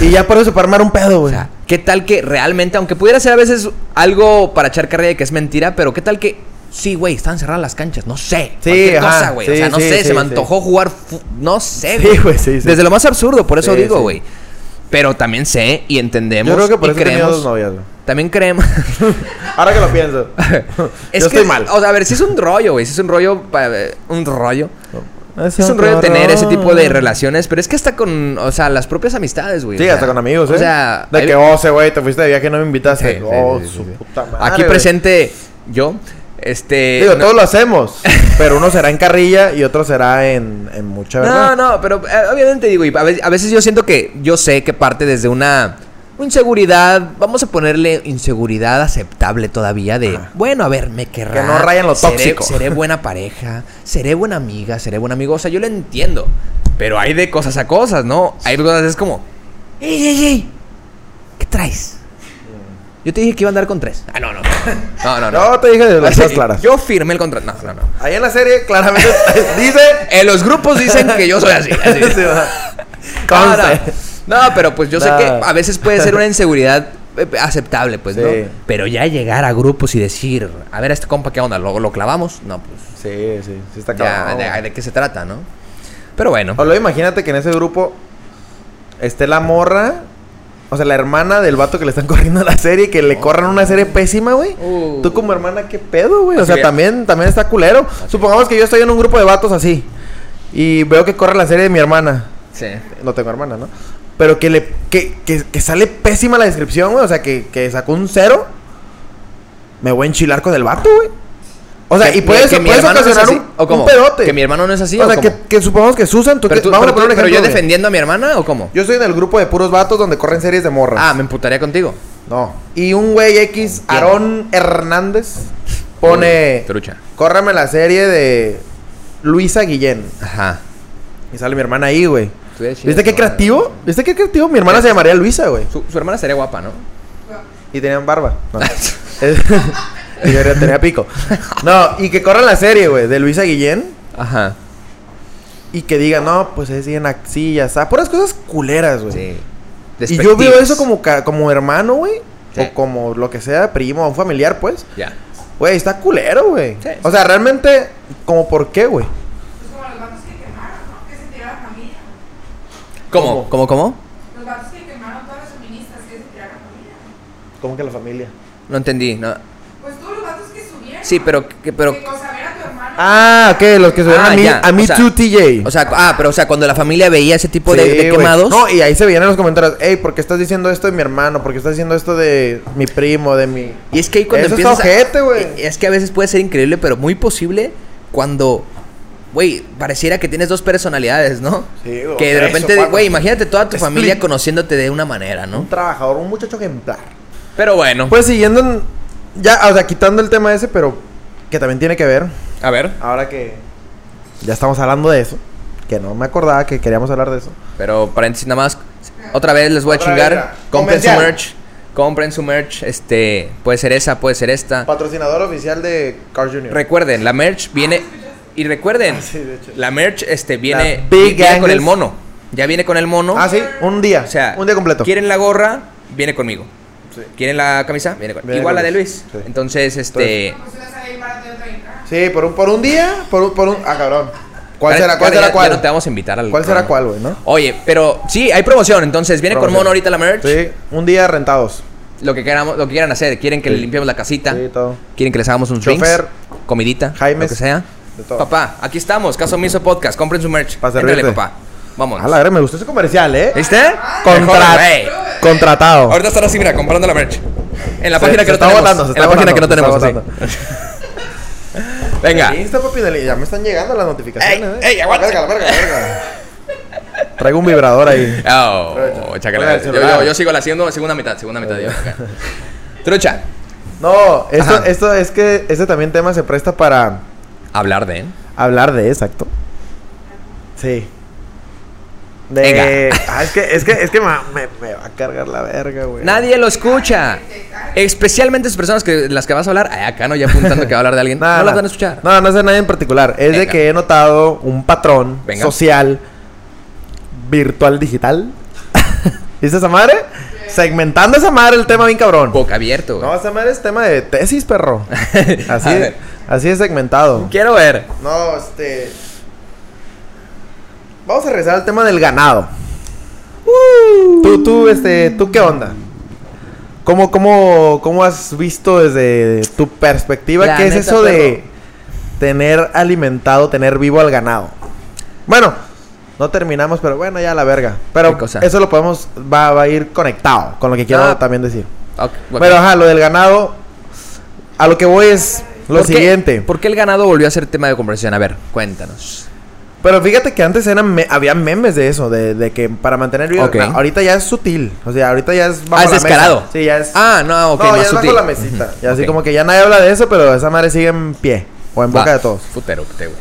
Speaker 2: Y ya por eso, para armar un pedo,
Speaker 1: O
Speaker 2: güey.
Speaker 1: sea, ¿qué tal que realmente, aunque pudiera ser a veces algo para echar carrera de que es mentira, pero qué tal que. Sí, güey, están cerradas las canchas, no sé.
Speaker 2: Sí,
Speaker 1: cualquier
Speaker 2: ajá,
Speaker 1: cosa, güey. o
Speaker 2: sí,
Speaker 1: sea, no
Speaker 2: sí,
Speaker 1: sé,
Speaker 2: sí,
Speaker 1: se me
Speaker 2: sí.
Speaker 1: antojó jugar. fu- No sé,
Speaker 2: Sí, güey, sí, sí.
Speaker 1: Desde lo más absurdo, por eso
Speaker 2: Sí,
Speaker 1: digo,
Speaker 2: sí.
Speaker 1: güey. Pero también sé y entendemos.
Speaker 2: Yo creo que por
Speaker 1: y
Speaker 2: eso he tenido
Speaker 1: creemos.
Speaker 2: dos novias, güey.
Speaker 1: también creemos.
Speaker 2: Ahora que lo pienso.
Speaker 1: Es
Speaker 2: Yo
Speaker 1: que,
Speaker 2: estoy mal.
Speaker 1: O sea, a ver, si es un rollo, güey. Si es un rollo. pa- eh, Un rollo.
Speaker 2: Es,
Speaker 1: es un rollo tener ese tipo de relaciones. Pero es que hasta con. O sea, las propias amistades, güey. o
Speaker 2: Sí,
Speaker 1: sea,
Speaker 2: hasta con amigos, ¿eh?
Speaker 1: O sea.
Speaker 2: De
Speaker 1: ahí-
Speaker 2: que, oh, se güey, te fuiste de viaje no
Speaker 1: Sí,
Speaker 2: me
Speaker 1: sí,
Speaker 2: invitaste.
Speaker 1: sí,
Speaker 2: oh,
Speaker 1: sí, sí,
Speaker 2: su
Speaker 1: sí.
Speaker 2: puta madre.
Speaker 1: aquí
Speaker 2: güey.
Speaker 1: presente yo. Este.
Speaker 2: Digo,
Speaker 1: no,
Speaker 2: todos lo hacemos. Pero uno será en carrilla y otro será en, en mucha
Speaker 1: no,
Speaker 2: verdad.
Speaker 1: no, pero eh, obviamente digo, y a ve- a veces yo siento que yo sé que parte desde una inseguridad, vamos a ponerle inseguridad aceptable todavía de, bueno, a ver, me querrá.
Speaker 2: Que no raya en lo
Speaker 1: seré-
Speaker 2: tóxico.
Speaker 1: Seré buena pareja, seré buena amiga, seré buen amigo, o sea, yo lo entiendo, pero hay de cosas a cosas, ¿no? Hay cosas es como, ¡ey, ey, ey! ¿Qué traes? Yo te dije que iba a andar con tres. Ah, no, no. No, no, no.
Speaker 2: No, te dije de las cosas claras.
Speaker 1: Yo firmé el contrato. No, no, no.
Speaker 2: Ahí en la serie, claramente dice.
Speaker 1: En los grupos dicen que yo soy así. Eh, así.
Speaker 2: Sí, va.
Speaker 1: No,
Speaker 2: Conste.
Speaker 1: No, No, pero pues yo sé
Speaker 2: No.
Speaker 1: que a veces puede ser una inseguridad eh, aceptable, pues, ¿no?
Speaker 2: Sí.
Speaker 1: Pero ya llegar a grupos y decir, a ver, a este compa, ¿qué onda? ¿Lo, lo clavamos? No, pues
Speaker 2: Sí, sí, sí está
Speaker 1: ya,
Speaker 2: cabrón.
Speaker 1: de, de qué se trata, no? Pero bueno.
Speaker 2: O luego imagínate que en ese grupo esté la morra, o sea, la hermana del vato que le están corriendo la serie, que le corran una serie pésima, güey.
Speaker 1: Uh.
Speaker 2: Tú como hermana, ¿qué pedo, güey? O
Speaker 1: Así
Speaker 2: sea,
Speaker 1: que-
Speaker 2: también, también está culero. Supongamos que yo estoy en un grupo de vatos así y veo que corre la serie de mi hermana.
Speaker 1: Sí.
Speaker 2: No tengo hermana, ¿no? Pero que le que, que- que sale pésima la descripción, güey. O sea, que, que sacó un cero. Me voy a enchilar con el vato, güey. O sea, y puedes,
Speaker 1: que mi
Speaker 2: puedes
Speaker 1: hermano no es
Speaker 2: ocasionar
Speaker 1: así,
Speaker 2: un,
Speaker 1: ¿o cómo?
Speaker 2: un pedote.
Speaker 1: Que mi hermano no es así.
Speaker 2: o sea, que,
Speaker 1: cómo?
Speaker 2: que supongamos que Susan, tú,
Speaker 1: Pero
Speaker 2: que-
Speaker 1: tú-
Speaker 2: vamos
Speaker 1: pero
Speaker 2: a poner
Speaker 1: tú-
Speaker 2: un
Speaker 1: pero
Speaker 2: ejemplo.
Speaker 1: yo
Speaker 2: güey.
Speaker 1: defendiendo a mi hermana o cómo?
Speaker 2: Yo estoy en el grupo de puros vatos donde corren series de morras.
Speaker 1: Ah, me emputaría contigo.
Speaker 2: No. Y un güey X,
Speaker 1: Entiendo.
Speaker 2: Aarón Hernández, pone.
Speaker 1: Uy, trucha.
Speaker 2: Córrame la serie de Luisa Guillén.
Speaker 1: Ajá.
Speaker 2: Y sale mi hermana ahí, güey.
Speaker 1: Estuviera chido
Speaker 2: ¿Viste qué
Speaker 1: que-
Speaker 2: creativo? ¿Viste qué creativo? Mi hermana se llamaría Luisa, güey.
Speaker 1: Su, su hermana sería guapa, ¿no?
Speaker 2: Y tenían barba. No. Es- y yo era- tenía pico. No, y que corran la serie, güey, de Luisa Guillén.
Speaker 1: Ajá.
Speaker 2: Y que digan, no, pues es bien así, ya está. Puras cosas culeras, güey.
Speaker 1: Sí.
Speaker 2: Y yo veo
Speaker 1: Despectivas.
Speaker 2: eso como, ca- como hermano, güey.
Speaker 1: Sí.
Speaker 2: O como lo que sea, primo, un familiar, pues.
Speaker 1: Ya.
Speaker 2: Güey, está culero, güey.
Speaker 1: Sí.
Speaker 2: O sea, realmente, como por qué, güey.
Speaker 3: Es Pues como los vatos que quemaron, ¿no? Que se tiraron a familia.
Speaker 1: ¿Cómo? ¿Cómo, cómo?
Speaker 3: Los vatos que quemaron todas las feministas que se tiraron a familia.
Speaker 2: ¿Cómo que la familia?
Speaker 1: No entendí, no.
Speaker 3: Pues todos los vatos que subieron.
Speaker 1: Sí, pero, que- pero,
Speaker 3: Que con saber a tu hermano.
Speaker 2: Ah, ok, los que se
Speaker 1: Ah,
Speaker 2: a mí,
Speaker 1: ya.
Speaker 2: a mí
Speaker 1: O sea,
Speaker 2: too, TJ.
Speaker 1: o sea, ah, pero o sea, cuando la familia veía ese tipo Pues, de,
Speaker 2: Sí,
Speaker 1: de
Speaker 2: güey.
Speaker 1: quemados,
Speaker 2: No, y ahí se veían en los comentarios, hey, ¿por qué estás diciendo esto de mi hermano? ¿Por qué estás diciendo esto de mi primo, de mi...
Speaker 1: y es que ahí cuando
Speaker 2: Eso está
Speaker 1: empiezas, a- eh,
Speaker 2: ojete, güey.
Speaker 1: es que a veces puede ser increíble, pero muy posible cuando, güey, pareciera que tienes dos personalidades, ¿no?
Speaker 2: Sí, güey,
Speaker 1: Que de
Speaker 2: eso,
Speaker 1: repente,
Speaker 2: guapo.
Speaker 1: güey, imagínate toda tu
Speaker 2: Split.
Speaker 1: familia conociéndote de una manera, ¿no?
Speaker 2: Un trabajador, un muchacho ejemplar.
Speaker 1: Pero bueno,
Speaker 2: Pues siguiendo en, Ya, o sea, quitando el tema ese, pero que también tiene que ver.
Speaker 1: A ver,
Speaker 2: Ahora que ya estamos hablando de eso, que no me acordaba que queríamos hablar de eso.
Speaker 1: pero paréntesis nada más. Otra vez les voy a
Speaker 2: Otra
Speaker 1: chingar.
Speaker 2: vez, ya.
Speaker 1: Compren su
Speaker 2: Comercial.
Speaker 1: merch. Compren su merch. Este, puede ser esa, puede ser esta.
Speaker 2: Patrocinador oficial de Carl Jr.
Speaker 1: Recuerden, la merch viene. Y recuerden,
Speaker 2: Ah, sí, de hecho.
Speaker 1: la merch este, viene,
Speaker 2: Big
Speaker 1: viene con
Speaker 2: Angles.
Speaker 1: el mono. Ya viene con el mono.
Speaker 2: ah, sí, un día.
Speaker 1: O sea,
Speaker 2: un día completo.
Speaker 1: Quieren la gorra, viene conmigo.
Speaker 2: Sí.
Speaker 1: Quieren la camisa, viene conmigo.
Speaker 2: Viene
Speaker 1: Igual la de
Speaker 2: con
Speaker 1: Luis.
Speaker 2: Luis. Sí.
Speaker 1: Entonces, este.
Speaker 3: Pues una sale ahí para otra entrada.
Speaker 2: Sí, por un, por un día, por un, por un. Ah, cabrón. ¿Cuál
Speaker 1: Karen,
Speaker 2: será? ¿Cuál
Speaker 1: Karen,
Speaker 2: será
Speaker 1: ya-
Speaker 2: cuál?
Speaker 1: ya no te vamos a invitar al.
Speaker 2: ¿Cuál será
Speaker 1: programa.
Speaker 2: cuál, güey, no?
Speaker 1: Oye, pero sí, hay promoción. Entonces, viene con
Speaker 2: Promoción.
Speaker 1: mono ahorita la merch.
Speaker 2: Sí, un día rentados.
Speaker 1: Lo que queramos, lo que quieran hacer. Quieren que
Speaker 2: Sí.
Speaker 1: le limpiemos la casita.
Speaker 2: Sí, todo.
Speaker 1: Quieren que les hagamos un drinks,
Speaker 2: Chofer.
Speaker 1: comidita, lo
Speaker 2: Jaimes.
Speaker 1: que sea.
Speaker 2: De todo.
Speaker 1: Papá, aquí estamos, Caso Miso Podcast, compren su merch.
Speaker 2: Pa'
Speaker 1: Éntrale,
Speaker 2: servirte.
Speaker 1: papá. Vamos.
Speaker 2: A la verga, me gustó ese comercial, ¿eh?
Speaker 1: ¿Viste?
Speaker 2: Contra-
Speaker 1: Mejor, güey.
Speaker 2: Contratado.
Speaker 1: Ahorita están así, mira, comprando la merch. En la
Speaker 2: Se-
Speaker 1: página
Speaker 2: se
Speaker 1: que no
Speaker 2: está
Speaker 1: tenemos.
Speaker 2: agotando, se
Speaker 1: en la
Speaker 2: está
Speaker 1: página que no tenemos.
Speaker 2: agotando, se
Speaker 1: así. Venga.
Speaker 2: El Insta, papi, del- ya me están llegando las notificaciones,
Speaker 1: Ey,
Speaker 2: ¿eh?
Speaker 1: ey, aguanta.
Speaker 2: Verga, la verga, la verga. Traigo un vibrador ahí.
Speaker 1: Oh,
Speaker 2: Oiga,
Speaker 1: chácala.
Speaker 2: el
Speaker 1: Yo,
Speaker 2: celular.
Speaker 1: yo, yo sigo la segunda, segunda mitad, segunda mitad. yo. Ok. Trucha,
Speaker 2: No, esto,
Speaker 1: Ajá.
Speaker 2: esto es que este también tema se presta para
Speaker 1: hablar de.
Speaker 2: hablar de exacto. Sí. De.
Speaker 1: Venga.
Speaker 2: Ah, es que, es que, es que me, me- me va a cargar la verga, güey.
Speaker 1: Nadie lo escucha. Especialmente esas personas que las que vas a hablar. Ay, acá no, ya apuntando que va a hablar de alguien.
Speaker 2: Nada,
Speaker 1: no las
Speaker 2: nada.
Speaker 1: van a escuchar.
Speaker 2: No, no es de nadie en particular. Es de
Speaker 1: Venga.
Speaker 2: que he notado un patrón
Speaker 1: Venga.
Speaker 2: social, virtual, digital. ¿Viste esa madre? Segmentando esa madre el tema bien cabrón.
Speaker 1: Boca abierto.
Speaker 2: No, esa madre es tema de tesis, perro. Así,
Speaker 1: A ver.
Speaker 2: así es segmentado.
Speaker 1: Quiero ver.
Speaker 2: No, este. Vamos a regresar al tema del ganado.
Speaker 1: Uh.
Speaker 2: Tú, tú, este, ¿tú qué onda? ¿Cómo, cómo, cómo has visto desde tu perspectiva
Speaker 1: La
Speaker 2: qué es
Speaker 1: neta,
Speaker 2: eso de
Speaker 1: perro.
Speaker 2: tener alimentado, tener vivo al ganado? Bueno, no terminamos, pero bueno, ya la verga. Pero
Speaker 1: ¿Qué cosa?
Speaker 2: eso lo podemos, va, va a ir conectado con lo que quiero
Speaker 1: Ah,
Speaker 2: también decir.
Speaker 1: Ok, ok.
Speaker 2: Pero ajá, lo del ganado, a lo que voy es lo
Speaker 1: ¿Por qué-
Speaker 2: siguiente.
Speaker 1: ¿Por qué el ganado volvió a ser tema de conversación? A ver, cuéntanos.
Speaker 2: Pero fíjate que antes eran me- había memes de eso, de, de que para mantener vivo.
Speaker 1: Ok.
Speaker 2: no, ahorita ya es sutil. O sea, ahorita ya es
Speaker 1: Ah, es
Speaker 2: la mesa.
Speaker 1: descarado.
Speaker 2: Sí, ya es.
Speaker 1: Ah, no, ok,
Speaker 2: no,
Speaker 1: más
Speaker 2: ya es
Speaker 1: sutil.
Speaker 2: bajo la mesita.
Speaker 1: Ujú,
Speaker 2: Y así
Speaker 1: ok.
Speaker 2: como que ya nadie habla de eso, pero esa madre sigue en pie. O en boca
Speaker 1: Va.
Speaker 2: de todos.
Speaker 1: Putero, pute, güey.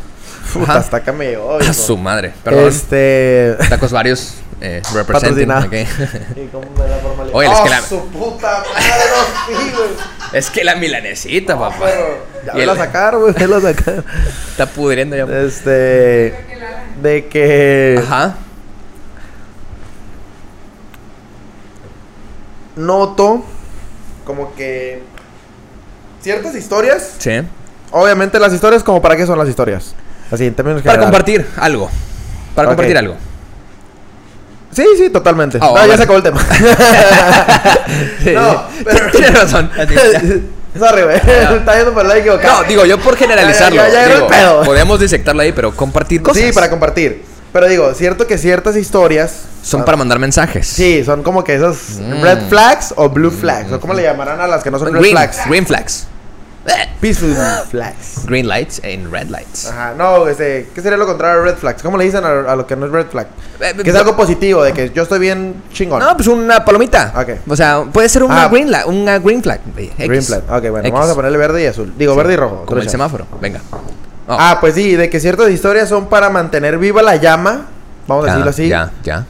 Speaker 2: Puta,
Speaker 1: Ajá.
Speaker 2: hasta acá me llegó.
Speaker 1: A
Speaker 2: viejo.
Speaker 1: su madre. Perdón.
Speaker 2: Este.
Speaker 1: Tacos varios. Eh, representing.
Speaker 2: Patrocinado.
Speaker 1: ok.
Speaker 2: ¿Y cómo me la formalidad?
Speaker 1: Oye, es que la-
Speaker 2: ¡Oh, su puta madre, no, sí, güey.
Speaker 1: es que la milanesita, papá.
Speaker 2: Ya
Speaker 1: Y el-
Speaker 2: vela sacar, güey, vela sacar.
Speaker 1: Está pudriendo ya.
Speaker 2: Este.
Speaker 3: Porque la- la-
Speaker 2: De que.
Speaker 1: Ajá.
Speaker 2: noto como que ciertas historias.
Speaker 1: Sí.
Speaker 2: Obviamente las historias como para qué son las historias. Así en términos
Speaker 1: Para
Speaker 2: general.
Speaker 1: compartir algo. Para
Speaker 2: Ok.
Speaker 1: compartir algo.
Speaker 2: Sí, sí, totalmente.
Speaker 1: Ah,
Speaker 2: no,
Speaker 1: bueno.
Speaker 2: ya se acabó el tema. No, pero-
Speaker 1: Tienes razón.
Speaker 2: Sorry, güey.
Speaker 1: No.
Speaker 2: Está yendo por el lado equivocado.
Speaker 1: Ah, No, digo, yo por generalizarlo.
Speaker 2: Ya, ya, ya era el
Speaker 1: digo,
Speaker 2: pedo.
Speaker 1: Podemos disectarlo ahí, pero compartir cosas.
Speaker 2: Sí, para compartir. Pero digo, cierto que ciertas historias ah,
Speaker 1: Son para mandar mensajes.
Speaker 2: Sí, son como que esas
Speaker 1: Mm.
Speaker 2: red flags o blue flags, o cómo le llamarán a las que no son red
Speaker 1: Green
Speaker 2: flags.
Speaker 1: flags. Green flags. Eh,
Speaker 2: Peaceful flags.
Speaker 1: Green lights and red lights.
Speaker 2: Ajá, no, este, ¿qué sería lo contrario a red flags? ¿Cómo le dicen a, a lo que no es red flag?
Speaker 1: Eh,
Speaker 2: Que es
Speaker 1: eh,
Speaker 2: algo positivo, de que yo estoy bien chingón.
Speaker 1: No, pues una palomita.
Speaker 2: Ok.
Speaker 1: O sea, puede ser una
Speaker 2: Ah.
Speaker 1: green la- una green flag. eh, X.
Speaker 2: Green flag. Ok, bueno,
Speaker 1: X.
Speaker 2: vamos a ponerle verde y azul. Digo, verde y rojo.
Speaker 1: Como el
Speaker 2: trucha.
Speaker 1: semáforo. Venga. Oh.
Speaker 2: Ah, pues sí, de que ciertas historias son para mantener viva la llama. Vamos a
Speaker 1: Ya,
Speaker 2: decirlo así.
Speaker 1: Ah, Ya, ya.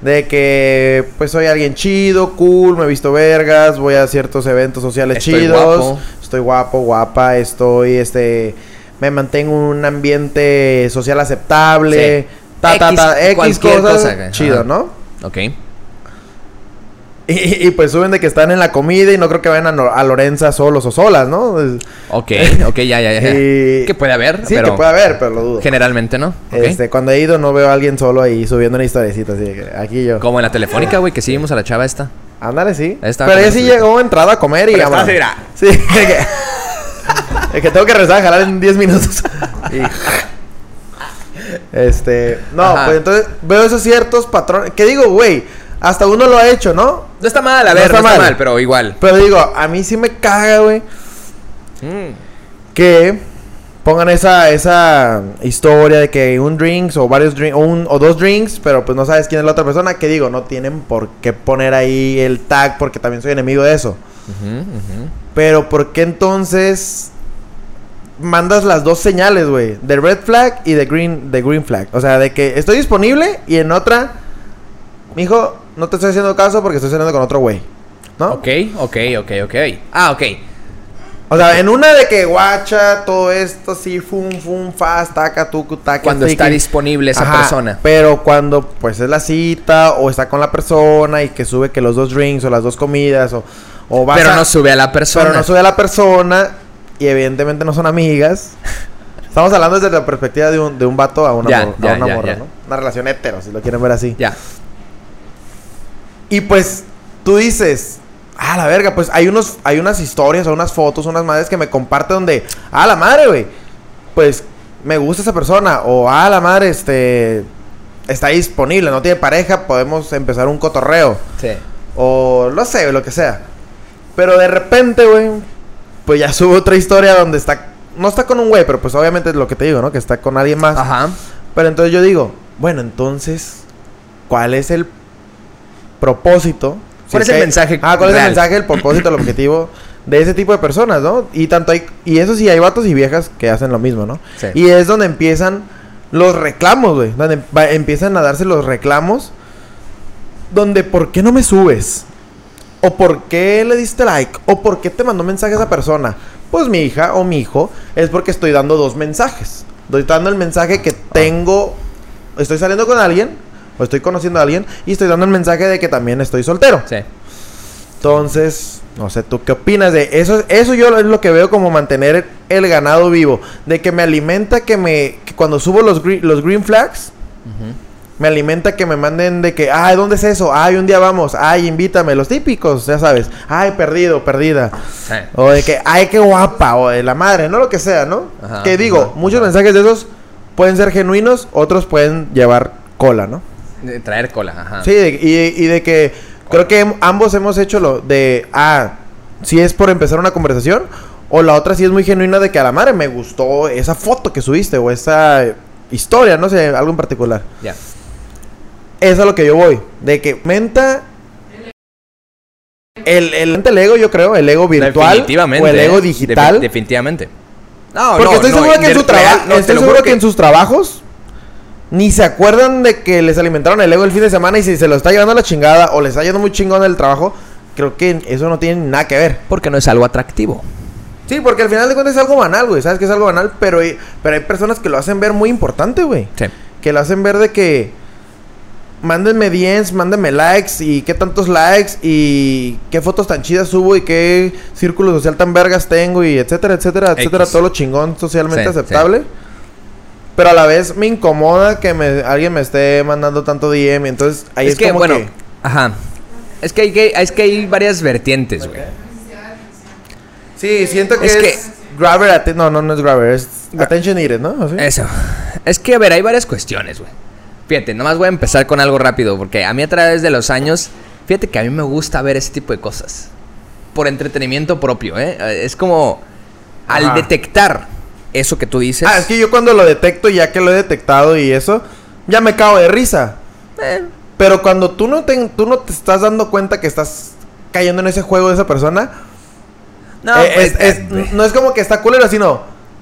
Speaker 2: De que, pues, soy alguien chido, cool, me he visto vergas, voy a ciertos eventos sociales
Speaker 1: Estoy
Speaker 2: chidos.
Speaker 1: guapo.
Speaker 2: Estoy guapo, guapa, estoy, este... Me mantengo en un ambiente social aceptable.
Speaker 1: Sí.
Speaker 2: Ta, ta,
Speaker 1: X,
Speaker 2: ta, X,
Speaker 1: cualquier
Speaker 2: cosas.
Speaker 1: cosa que-
Speaker 2: chido,
Speaker 1: ajá.
Speaker 2: ¿no?
Speaker 1: Ok.
Speaker 2: Y, y, pues suben de que están en la comida y no creo que vayan a, Nor- a Lorenza solos o solas, ¿no? Es-
Speaker 1: Ok, ok, ya, ya, ya.
Speaker 2: Y-
Speaker 1: Que puede haber,
Speaker 2: Sí,
Speaker 1: pero
Speaker 2: que puede haber, pero lo dudo.
Speaker 1: generalmente no. Ok.
Speaker 2: Este, cuando he ido no veo a alguien solo ahí subiendo una historiecita así de que aquí yo.
Speaker 1: Como en la telefónica, güey, que sí vimos a la chava esta.
Speaker 2: Ándale, sí.
Speaker 1: Ahí estaba con
Speaker 2: Pero ella
Speaker 1: la
Speaker 2: sí
Speaker 1: solita.
Speaker 2: llegó entrada a comer y
Speaker 1: Pero
Speaker 2: vámonos.
Speaker 1: estaba
Speaker 2: Sí, de que, de que tengo que regresar a jalar en 10 minutos. Y- este, no,
Speaker 1: Ajá.
Speaker 2: pues entonces veo esos ciertos patrones. Que digo, güey, hasta uno lo ha hecho, ¿no?
Speaker 1: No está mal, a
Speaker 2: No
Speaker 1: ver, no
Speaker 2: está
Speaker 1: está,
Speaker 2: mal.
Speaker 1: mal. pero igual.
Speaker 2: Pero digo, a mí sí me caga, güey.
Speaker 1: Mm.
Speaker 2: que pongan esa esa historia de que un drinks o varios drinks o, un- o dos drinks, pero pues no sabes quién es la otra persona, que digo, no tienen por qué poner ahí el tag porque también soy enemigo de eso.
Speaker 1: Ujú, ujú.
Speaker 2: Pero ¿por qué entonces mandas las dos señales, güey? De red flag y de green, de green flag. O sea, de que estoy disponible y en otra, mijo, no te estoy haciendo caso porque estoy saliendo con otro güey. ¿No?
Speaker 1: Ok, ok, ok, ok. Ah, ok.
Speaker 2: O sea, en una de que guacha, todo esto así, fum, fum, fast, taca, tucu, taca.
Speaker 1: Cuando está
Speaker 2: tiki.
Speaker 1: disponible esa
Speaker 2: Ajá,
Speaker 1: persona.
Speaker 2: Pero cuando pues es la cita o está con la persona y que sube que los dos drinks o las dos comidas o, o vas
Speaker 1: Pero
Speaker 2: a-
Speaker 1: no sube a la persona.
Speaker 2: pero no sube a la persona y evidentemente no son amigas. Estamos hablando desde la perspectiva de un, de un vato a una,
Speaker 1: Ya,
Speaker 2: mor- a
Speaker 1: ya,
Speaker 2: una
Speaker 1: ya,
Speaker 2: morra,
Speaker 1: ya.
Speaker 2: ¿no? Una relación hetero, si lo quieren ver así.
Speaker 1: Ya.
Speaker 2: Y pues tú dices, ah, la verga, pues hay unos hay unas historias o unas fotos, unas madres que me comparten donde, ah, la madre, güey. Pues me gusta esa persona o ah, la madre, este está disponible, no tiene pareja, podemos empezar un cotorreo
Speaker 1: Sí.
Speaker 2: o no sé, lo que sea. Pero de repente, güey, pues ya subo otra historia donde está no está con un güey, pero pues obviamente es lo que te digo, ¿no? Que está con alguien más.
Speaker 1: Ajá.
Speaker 2: Pero entonces yo digo, bueno, entonces, ¿cuál es el propósito?
Speaker 1: ¿Cuál es el
Speaker 2: que-
Speaker 1: mensaje
Speaker 2: Ah, ¿cuál es
Speaker 1: real?
Speaker 2: el mensaje, el propósito, el objetivo de ese tipo de personas, ¿no? Y tanto hay, y eso sí, hay vatos y viejas que hacen lo mismo, ¿no?
Speaker 1: Sí.
Speaker 2: Y es donde empiezan los reclamos, güey. Donde va- empiezan a darse los reclamos. Donde, ¿por qué no me subes? ¿O por qué le diste like? ¿O por qué te mandó mensaje a esa persona? Pues mi hija o mi hijo es porque estoy dando dos mensajes. Estoy dando el mensaje que tengo, estoy saliendo con alguien, o estoy conociendo a alguien, y estoy dando el mensaje de que también estoy soltero.
Speaker 1: Sí.
Speaker 2: Entonces, no sé, ¿tú qué opinas de eso? Eso yo lo- es lo que veo como mantener el ganado vivo. De que me alimenta que me... que cuando subo los, gre- los green flags, me alimenta que me manden de que, ay, ¿dónde es eso? Ay, un día vamos. Ay, invítame. Los típicos, ya sabes. Ay, perdido, perdida.
Speaker 1: Sí.
Speaker 2: O de que, ay, qué guapa. O de la madre, no lo que sea, ¿no?
Speaker 1: Ajá,
Speaker 2: que digo,
Speaker 1: ajá,
Speaker 2: muchos
Speaker 1: ajá.
Speaker 2: mensajes de esos pueden ser genuinos, otros pueden llevar cola, ¿no?
Speaker 1: De Eh, Traer cola, ajá.
Speaker 2: Sí, de- y, y de que creo que hem- ambos hemos hecho lo de, ah, si es por empezar una conversación, o la otra si es muy genuina de que a la madre me gustó esa foto que subiste o esa eh, historia, no sé, algo en particular.
Speaker 1: Ya.
Speaker 2: Eso es a lo que yo voy, de que menta... El, el, el ego, yo creo, el ego virtual
Speaker 1: Definitivamente,
Speaker 2: o el ego
Speaker 1: ¿eh?
Speaker 2: digital.
Speaker 1: Defi- definitivamente. Oh, No,
Speaker 2: Porque estoy seguro que
Speaker 1: de-
Speaker 2: en su trabajo,
Speaker 1: no, te
Speaker 2: estoy
Speaker 1: lo
Speaker 2: seguro
Speaker 1: juro
Speaker 2: que... en sus trabajos ni se acuerdan de que les alimentaron el ego el fin de semana y si se lo está llevando a la chingada o les está yendo muy chingón el trabajo, creo que eso no tiene nada que ver.
Speaker 1: Porque no es algo atractivo.
Speaker 2: Sí, porque al final de cuentas es algo banal, güey, sabes que es algo banal, pero hay, pero hay personas que lo hacen ver muy importante, güey.
Speaker 1: Sí.
Speaker 2: Que lo hacen ver de que mándenme 10, mándenme likes y qué tantos likes y qué fotos tan chidas subo y qué círculo social tan vergas tengo y etcétera, etcétera, etcétera,
Speaker 1: X.
Speaker 2: todo lo chingón socialmente
Speaker 1: Sí,
Speaker 2: aceptable. Pero a la vez me incomoda que me, alguien me esté mandando tanto DM, entonces ahí es,
Speaker 1: es, que,
Speaker 2: como
Speaker 1: bueno,
Speaker 2: que
Speaker 1: ajá. Es que, hay, que- es que hay varias vertientes, güey.
Speaker 2: Sí, siento que
Speaker 1: Es
Speaker 2: es,
Speaker 1: que-
Speaker 2: grabber atten- no, no, no es grabber, es attention needed, ¿no? ¿Así?
Speaker 1: Eso. Es que, a ver, hay varias cuestiones, güey. Fíjate, nomás voy a empezar con algo rápido, porque a mí a través de los años, fíjate que a mí me gusta ver ese tipo de cosas. Por entretenimiento propio, ¿eh? Eh, Es como al
Speaker 2: Ajá.
Speaker 1: detectar eso que tú dices.
Speaker 2: Ah, es que yo cuando lo detecto, ya que lo he detectado y eso, ya me cago de risa.
Speaker 1: eh,
Speaker 2: Pero cuando tú no te, tú no te estás dando cuenta que estás cayendo en ese juego de esa persona,
Speaker 1: no,
Speaker 2: eh, es-
Speaker 1: pues,
Speaker 2: es-
Speaker 1: eh,
Speaker 2: no es como que está culero, sino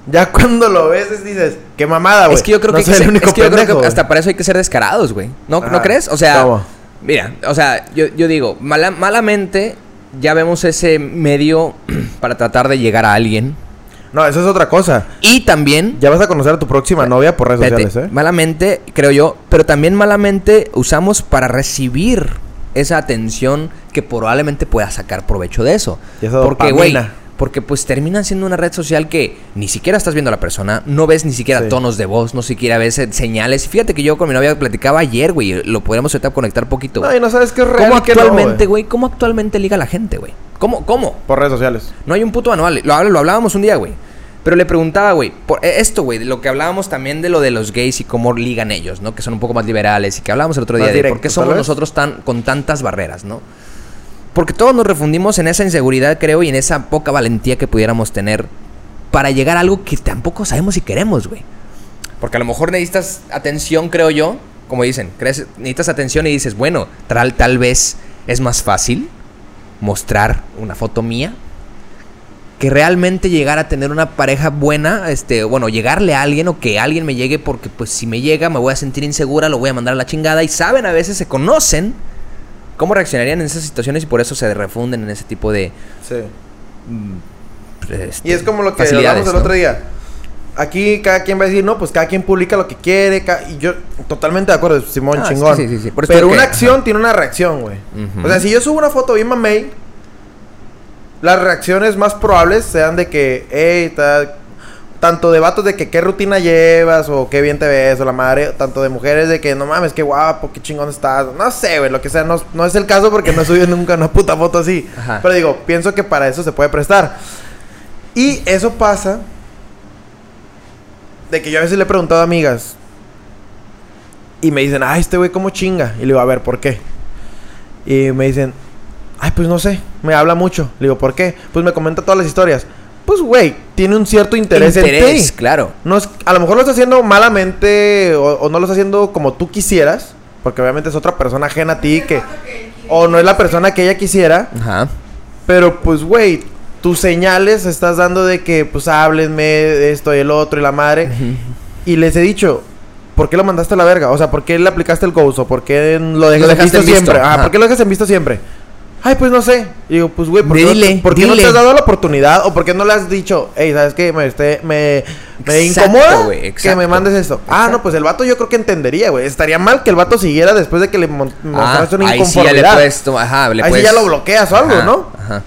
Speaker 2: ya cuando lo ves es- dices, qué mamada, güey.
Speaker 1: Es que yo creo
Speaker 2: No
Speaker 1: que, hay que
Speaker 2: soy el
Speaker 1: ser-
Speaker 2: único
Speaker 1: es que yo creo que
Speaker 2: pendejo, güey.
Speaker 1: hasta para eso hay que ser descarados, güey. ¿No, ¿No
Speaker 2: Ajá.
Speaker 1: crees? O sea,
Speaker 2: ¿Cómo?
Speaker 1: mira, o sea, yo, yo digo, mala- malamente ya vemos ese medio para tratar de llegar a alguien.
Speaker 2: No, eso es otra cosa.
Speaker 1: Y también,
Speaker 2: Ya vas a conocer a tu próxima novia por redes
Speaker 1: espérate,
Speaker 2: sociales, ¿eh?
Speaker 1: malamente, creo yo, pero también malamente usamos para recibir esa atención que probablemente pueda sacar provecho de eso.
Speaker 2: Y esa
Speaker 1: Porque, güey,
Speaker 2: dopamina.
Speaker 1: porque pues termina siendo una red social que ni siquiera estás viendo a la persona, no ves ni siquiera
Speaker 2: Sí.
Speaker 1: tonos de voz, no siquiera ves eh, señales. Fíjate que yo con mi novia platicaba ayer, güey, lo podríamos ahorita conectar poquito.
Speaker 2: No,
Speaker 1: güey.
Speaker 2: y no sabes qué es real.
Speaker 1: ¿Cómo
Speaker 2: y qué no,
Speaker 1: actualmente, güey? ¿Cómo actualmente liga la gente, güey? ¿Cómo? ¿Cómo?
Speaker 2: Por redes sociales.
Speaker 1: No hay un puto manual. Lo, habl- lo hablábamos un día, güey. Pero le preguntaba, güey, por eh, esto, güey, de lo que hablábamos también de lo de los gays y cómo ligan ellos, ¿no? Que son un poco más liberales y que hablábamos el otro día
Speaker 2: Más
Speaker 1: de por qué
Speaker 2: directos,
Speaker 1: somos
Speaker 2: tal vez.
Speaker 1: nosotros tan con tantas barreras, ¿no? Porque todos nos refundimos en esa inseguridad, creo, y en esa poca valentía que pudiéramos tener para llegar a algo que tampoco sabemos si queremos, güey. Porque a lo mejor necesitas atención, creo yo, como dicen, crees- necesitas atención y dices, bueno, tal, tal vez es más fácil mostrar una foto mía. Que realmente llegar a tener una pareja buena, este, bueno, llegarle a alguien o que alguien me llegue porque pues si me llega me voy a sentir insegura, lo voy a mandar a la chingada y saben, a veces se conocen cómo reaccionarían en esas situaciones y por eso se refunden en ese tipo de...
Speaker 2: Sí.
Speaker 1: este,
Speaker 2: Y es como lo que
Speaker 1: facilidades,
Speaker 2: hablamos el
Speaker 1: ¿no?
Speaker 2: otro día. Aquí cada quien va a decir, no, pues cada quien publica lo que quiere. ca- Y yo totalmente de acuerdo, Simón,
Speaker 1: Ah, sí,
Speaker 2: chingón.
Speaker 1: sí, sí, sí. Por eso
Speaker 2: Pero
Speaker 1: que-
Speaker 2: una
Speaker 1: ajá.
Speaker 2: acción tiene una reacción, güey.
Speaker 1: Ujú.
Speaker 2: O sea, si yo subo una foto bien mamey, las reacciones más probables sean de que, hey, ta- tanto de vatos de que qué rutina llevas o qué bien te ves o la madre, tanto de mujeres de que no mames, qué guapo, qué chingón estás. No sé, güey, lo que sea, no, no es el caso porque no he subido nunca una puta foto así.
Speaker 1: Ajá.
Speaker 2: Pero digo, pienso que para eso se puede prestar. Y eso pasa de que yo a veces le he preguntado a amigas y me dicen, ay, este güey cómo chinga. Y le digo, a ver, ¿por qué? Y me dicen, ay, pues no sé, me habla mucho. Le digo, ¿por qué? Pues me comenta todas las historias. Pues, güey, tiene un cierto interés, en ti.
Speaker 1: claro.
Speaker 2: No es- a lo mejor lo está haciendo malamente o, o no lo está haciendo como tú quisieras, porque obviamente es otra persona ajena a ti que... O no es la persona que ella quisiera,
Speaker 1: Ajá.
Speaker 2: pero pues, güey, tus señales estás dando de que, pues, háblenme de esto y el otro y la madre. Y les he dicho, ¿por qué lo mandaste a la verga? O sea, ¿por qué le aplicaste el gozo? ¿Por qué lo
Speaker 1: dejaste
Speaker 2: dejaste, en
Speaker 1: en
Speaker 2: visto
Speaker 1: visto,
Speaker 2: siempre? Ah,
Speaker 1: ajá.
Speaker 2: ¿por qué lo dejas en visto siempre? Ay, pues no sé. Y digo, pues güey, ¿por, qué, no,
Speaker 1: Dile,
Speaker 2: te- por qué no te
Speaker 1: dile.
Speaker 2: has dado la oportunidad? ¿O por qué no le has dicho, hey, ¿sabes qué? Me, este- me, me
Speaker 1: Exacto,
Speaker 2: incomoda
Speaker 1: güey,
Speaker 2: que me
Speaker 1: exacto.
Speaker 2: mandes esto. Ah, no, pues el vato yo creo que entendería, güey. Estaría mal que el vato siguiera después de que le mon-
Speaker 1: Ah,
Speaker 2: mostraste una
Speaker 1: ahí sí ya le
Speaker 2: inconformidad.
Speaker 1: puedes tomar- ajá, le
Speaker 2: Ahí sí
Speaker 1: puedes-
Speaker 2: ya lo bloqueas o algo,
Speaker 1: Ajá,
Speaker 2: ¿no?
Speaker 1: Ajá.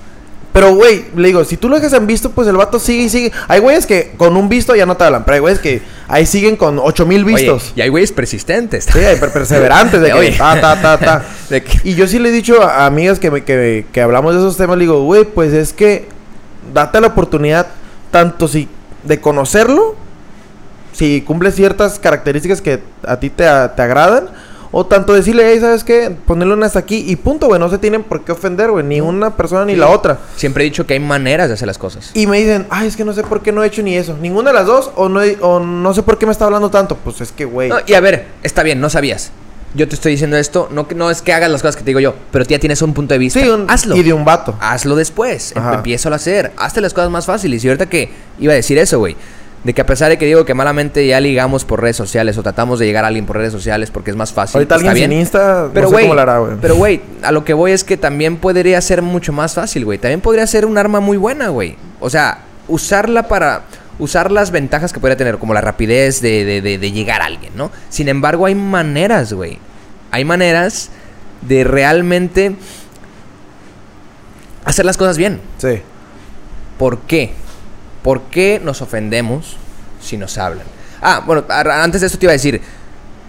Speaker 2: Pero, güey, le digo, si tú lo dejas en visto, pues el vato sigue y sigue. Hay güeyes que con un visto ya no te hablan, pero hay güeyes que ahí siguen con 8000
Speaker 1: Oye,
Speaker 2: vistos.
Speaker 1: y hay güeyes persistentes.
Speaker 2: Sí, hay per- perseverantes de que
Speaker 1: Oye.
Speaker 2: ta, ta, ta, ta.
Speaker 1: De que-
Speaker 2: Y yo sí le he dicho a a amigas que, me- que, que hablamos de esos temas, le digo, güey, pues es que date la oportunidad tanto si de conocerlo, si cumple ciertas características que a ti te, a- te agradan, o tanto decirle, hey, ¿sabes qué? Ponerle una hasta aquí y punto, güey, no se tienen por qué ofender, güey, ni una persona ni la otra.
Speaker 1: Siempre he dicho que hay maneras de hacer las cosas.
Speaker 2: Y me dicen, ay, es que no sé por qué no he hecho ni eso. Ninguna de las dos, o no, he- o no sé por qué me está hablando tanto. Pues es que, güey.
Speaker 1: No, y a ver, está bien, no sabías. Yo te estoy diciendo esto, no, que- no es que hagas las cosas que te digo yo, pero tú ya tienes un punto de vista.
Speaker 2: Sí, un-
Speaker 1: Hazlo. Ah,
Speaker 2: Y de un vato.
Speaker 1: Hazlo después.
Speaker 2: Ajá.
Speaker 1: Empieza a hacer. Hazte las cosas más fáciles. Y ahorita que iba a decir eso, güey. De que a pesar de que digo que malamente ya ligamos por redes sociales o tratamos de llegar a alguien por redes sociales porque es más fácil.
Speaker 2: Ahorita
Speaker 1: está bien.
Speaker 2: alguien sin Insta, no
Speaker 1: Pero
Speaker 2: sé
Speaker 1: güey,
Speaker 2: cómo lo hará, güey.
Speaker 1: pero güey, a lo que voy es que también podría ser mucho más fácil, güey. También podría ser un arma muy buena, güey. O sea, usarla para usar las ventajas que podría tener, como la rapidez de, de- de- de llegar a alguien, ¿no? Sin embargo, hay maneras, güey. Hay maneras de realmente hacer las cosas bien.
Speaker 2: Sí.
Speaker 1: ¿Por qué? ¿Por qué nos ofendemos si nos hablan? Ah, bueno, a- antes de esto te iba a decir.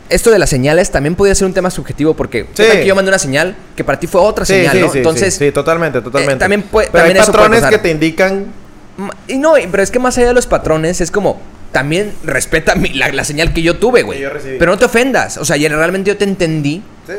Speaker 1: Esto de las señales también podría ser un tema subjetivo porque ¿qué
Speaker 2: Sí.
Speaker 1: tal que yo mandé una señal que para ti fue otra
Speaker 2: Sí,
Speaker 1: pues señal,
Speaker 2: sí,
Speaker 1: ¿no?
Speaker 2: sí,
Speaker 1: Entonces, eh,
Speaker 2: sí, sí, totalmente, totalmente.
Speaker 1: también puede-
Speaker 2: pero
Speaker 1: también
Speaker 2: hay
Speaker 1: eso puede
Speaker 2: patrones
Speaker 1: pasar.
Speaker 2: que te indican.
Speaker 1: ma- y no, y- pero es que más allá de los patrones es como también respeta mi- la, la señal que yo tuve, güey.
Speaker 2: Que yo recibí.
Speaker 1: Pero no te ofendas, o sea, ya realmente yo te entendí
Speaker 2: Sí.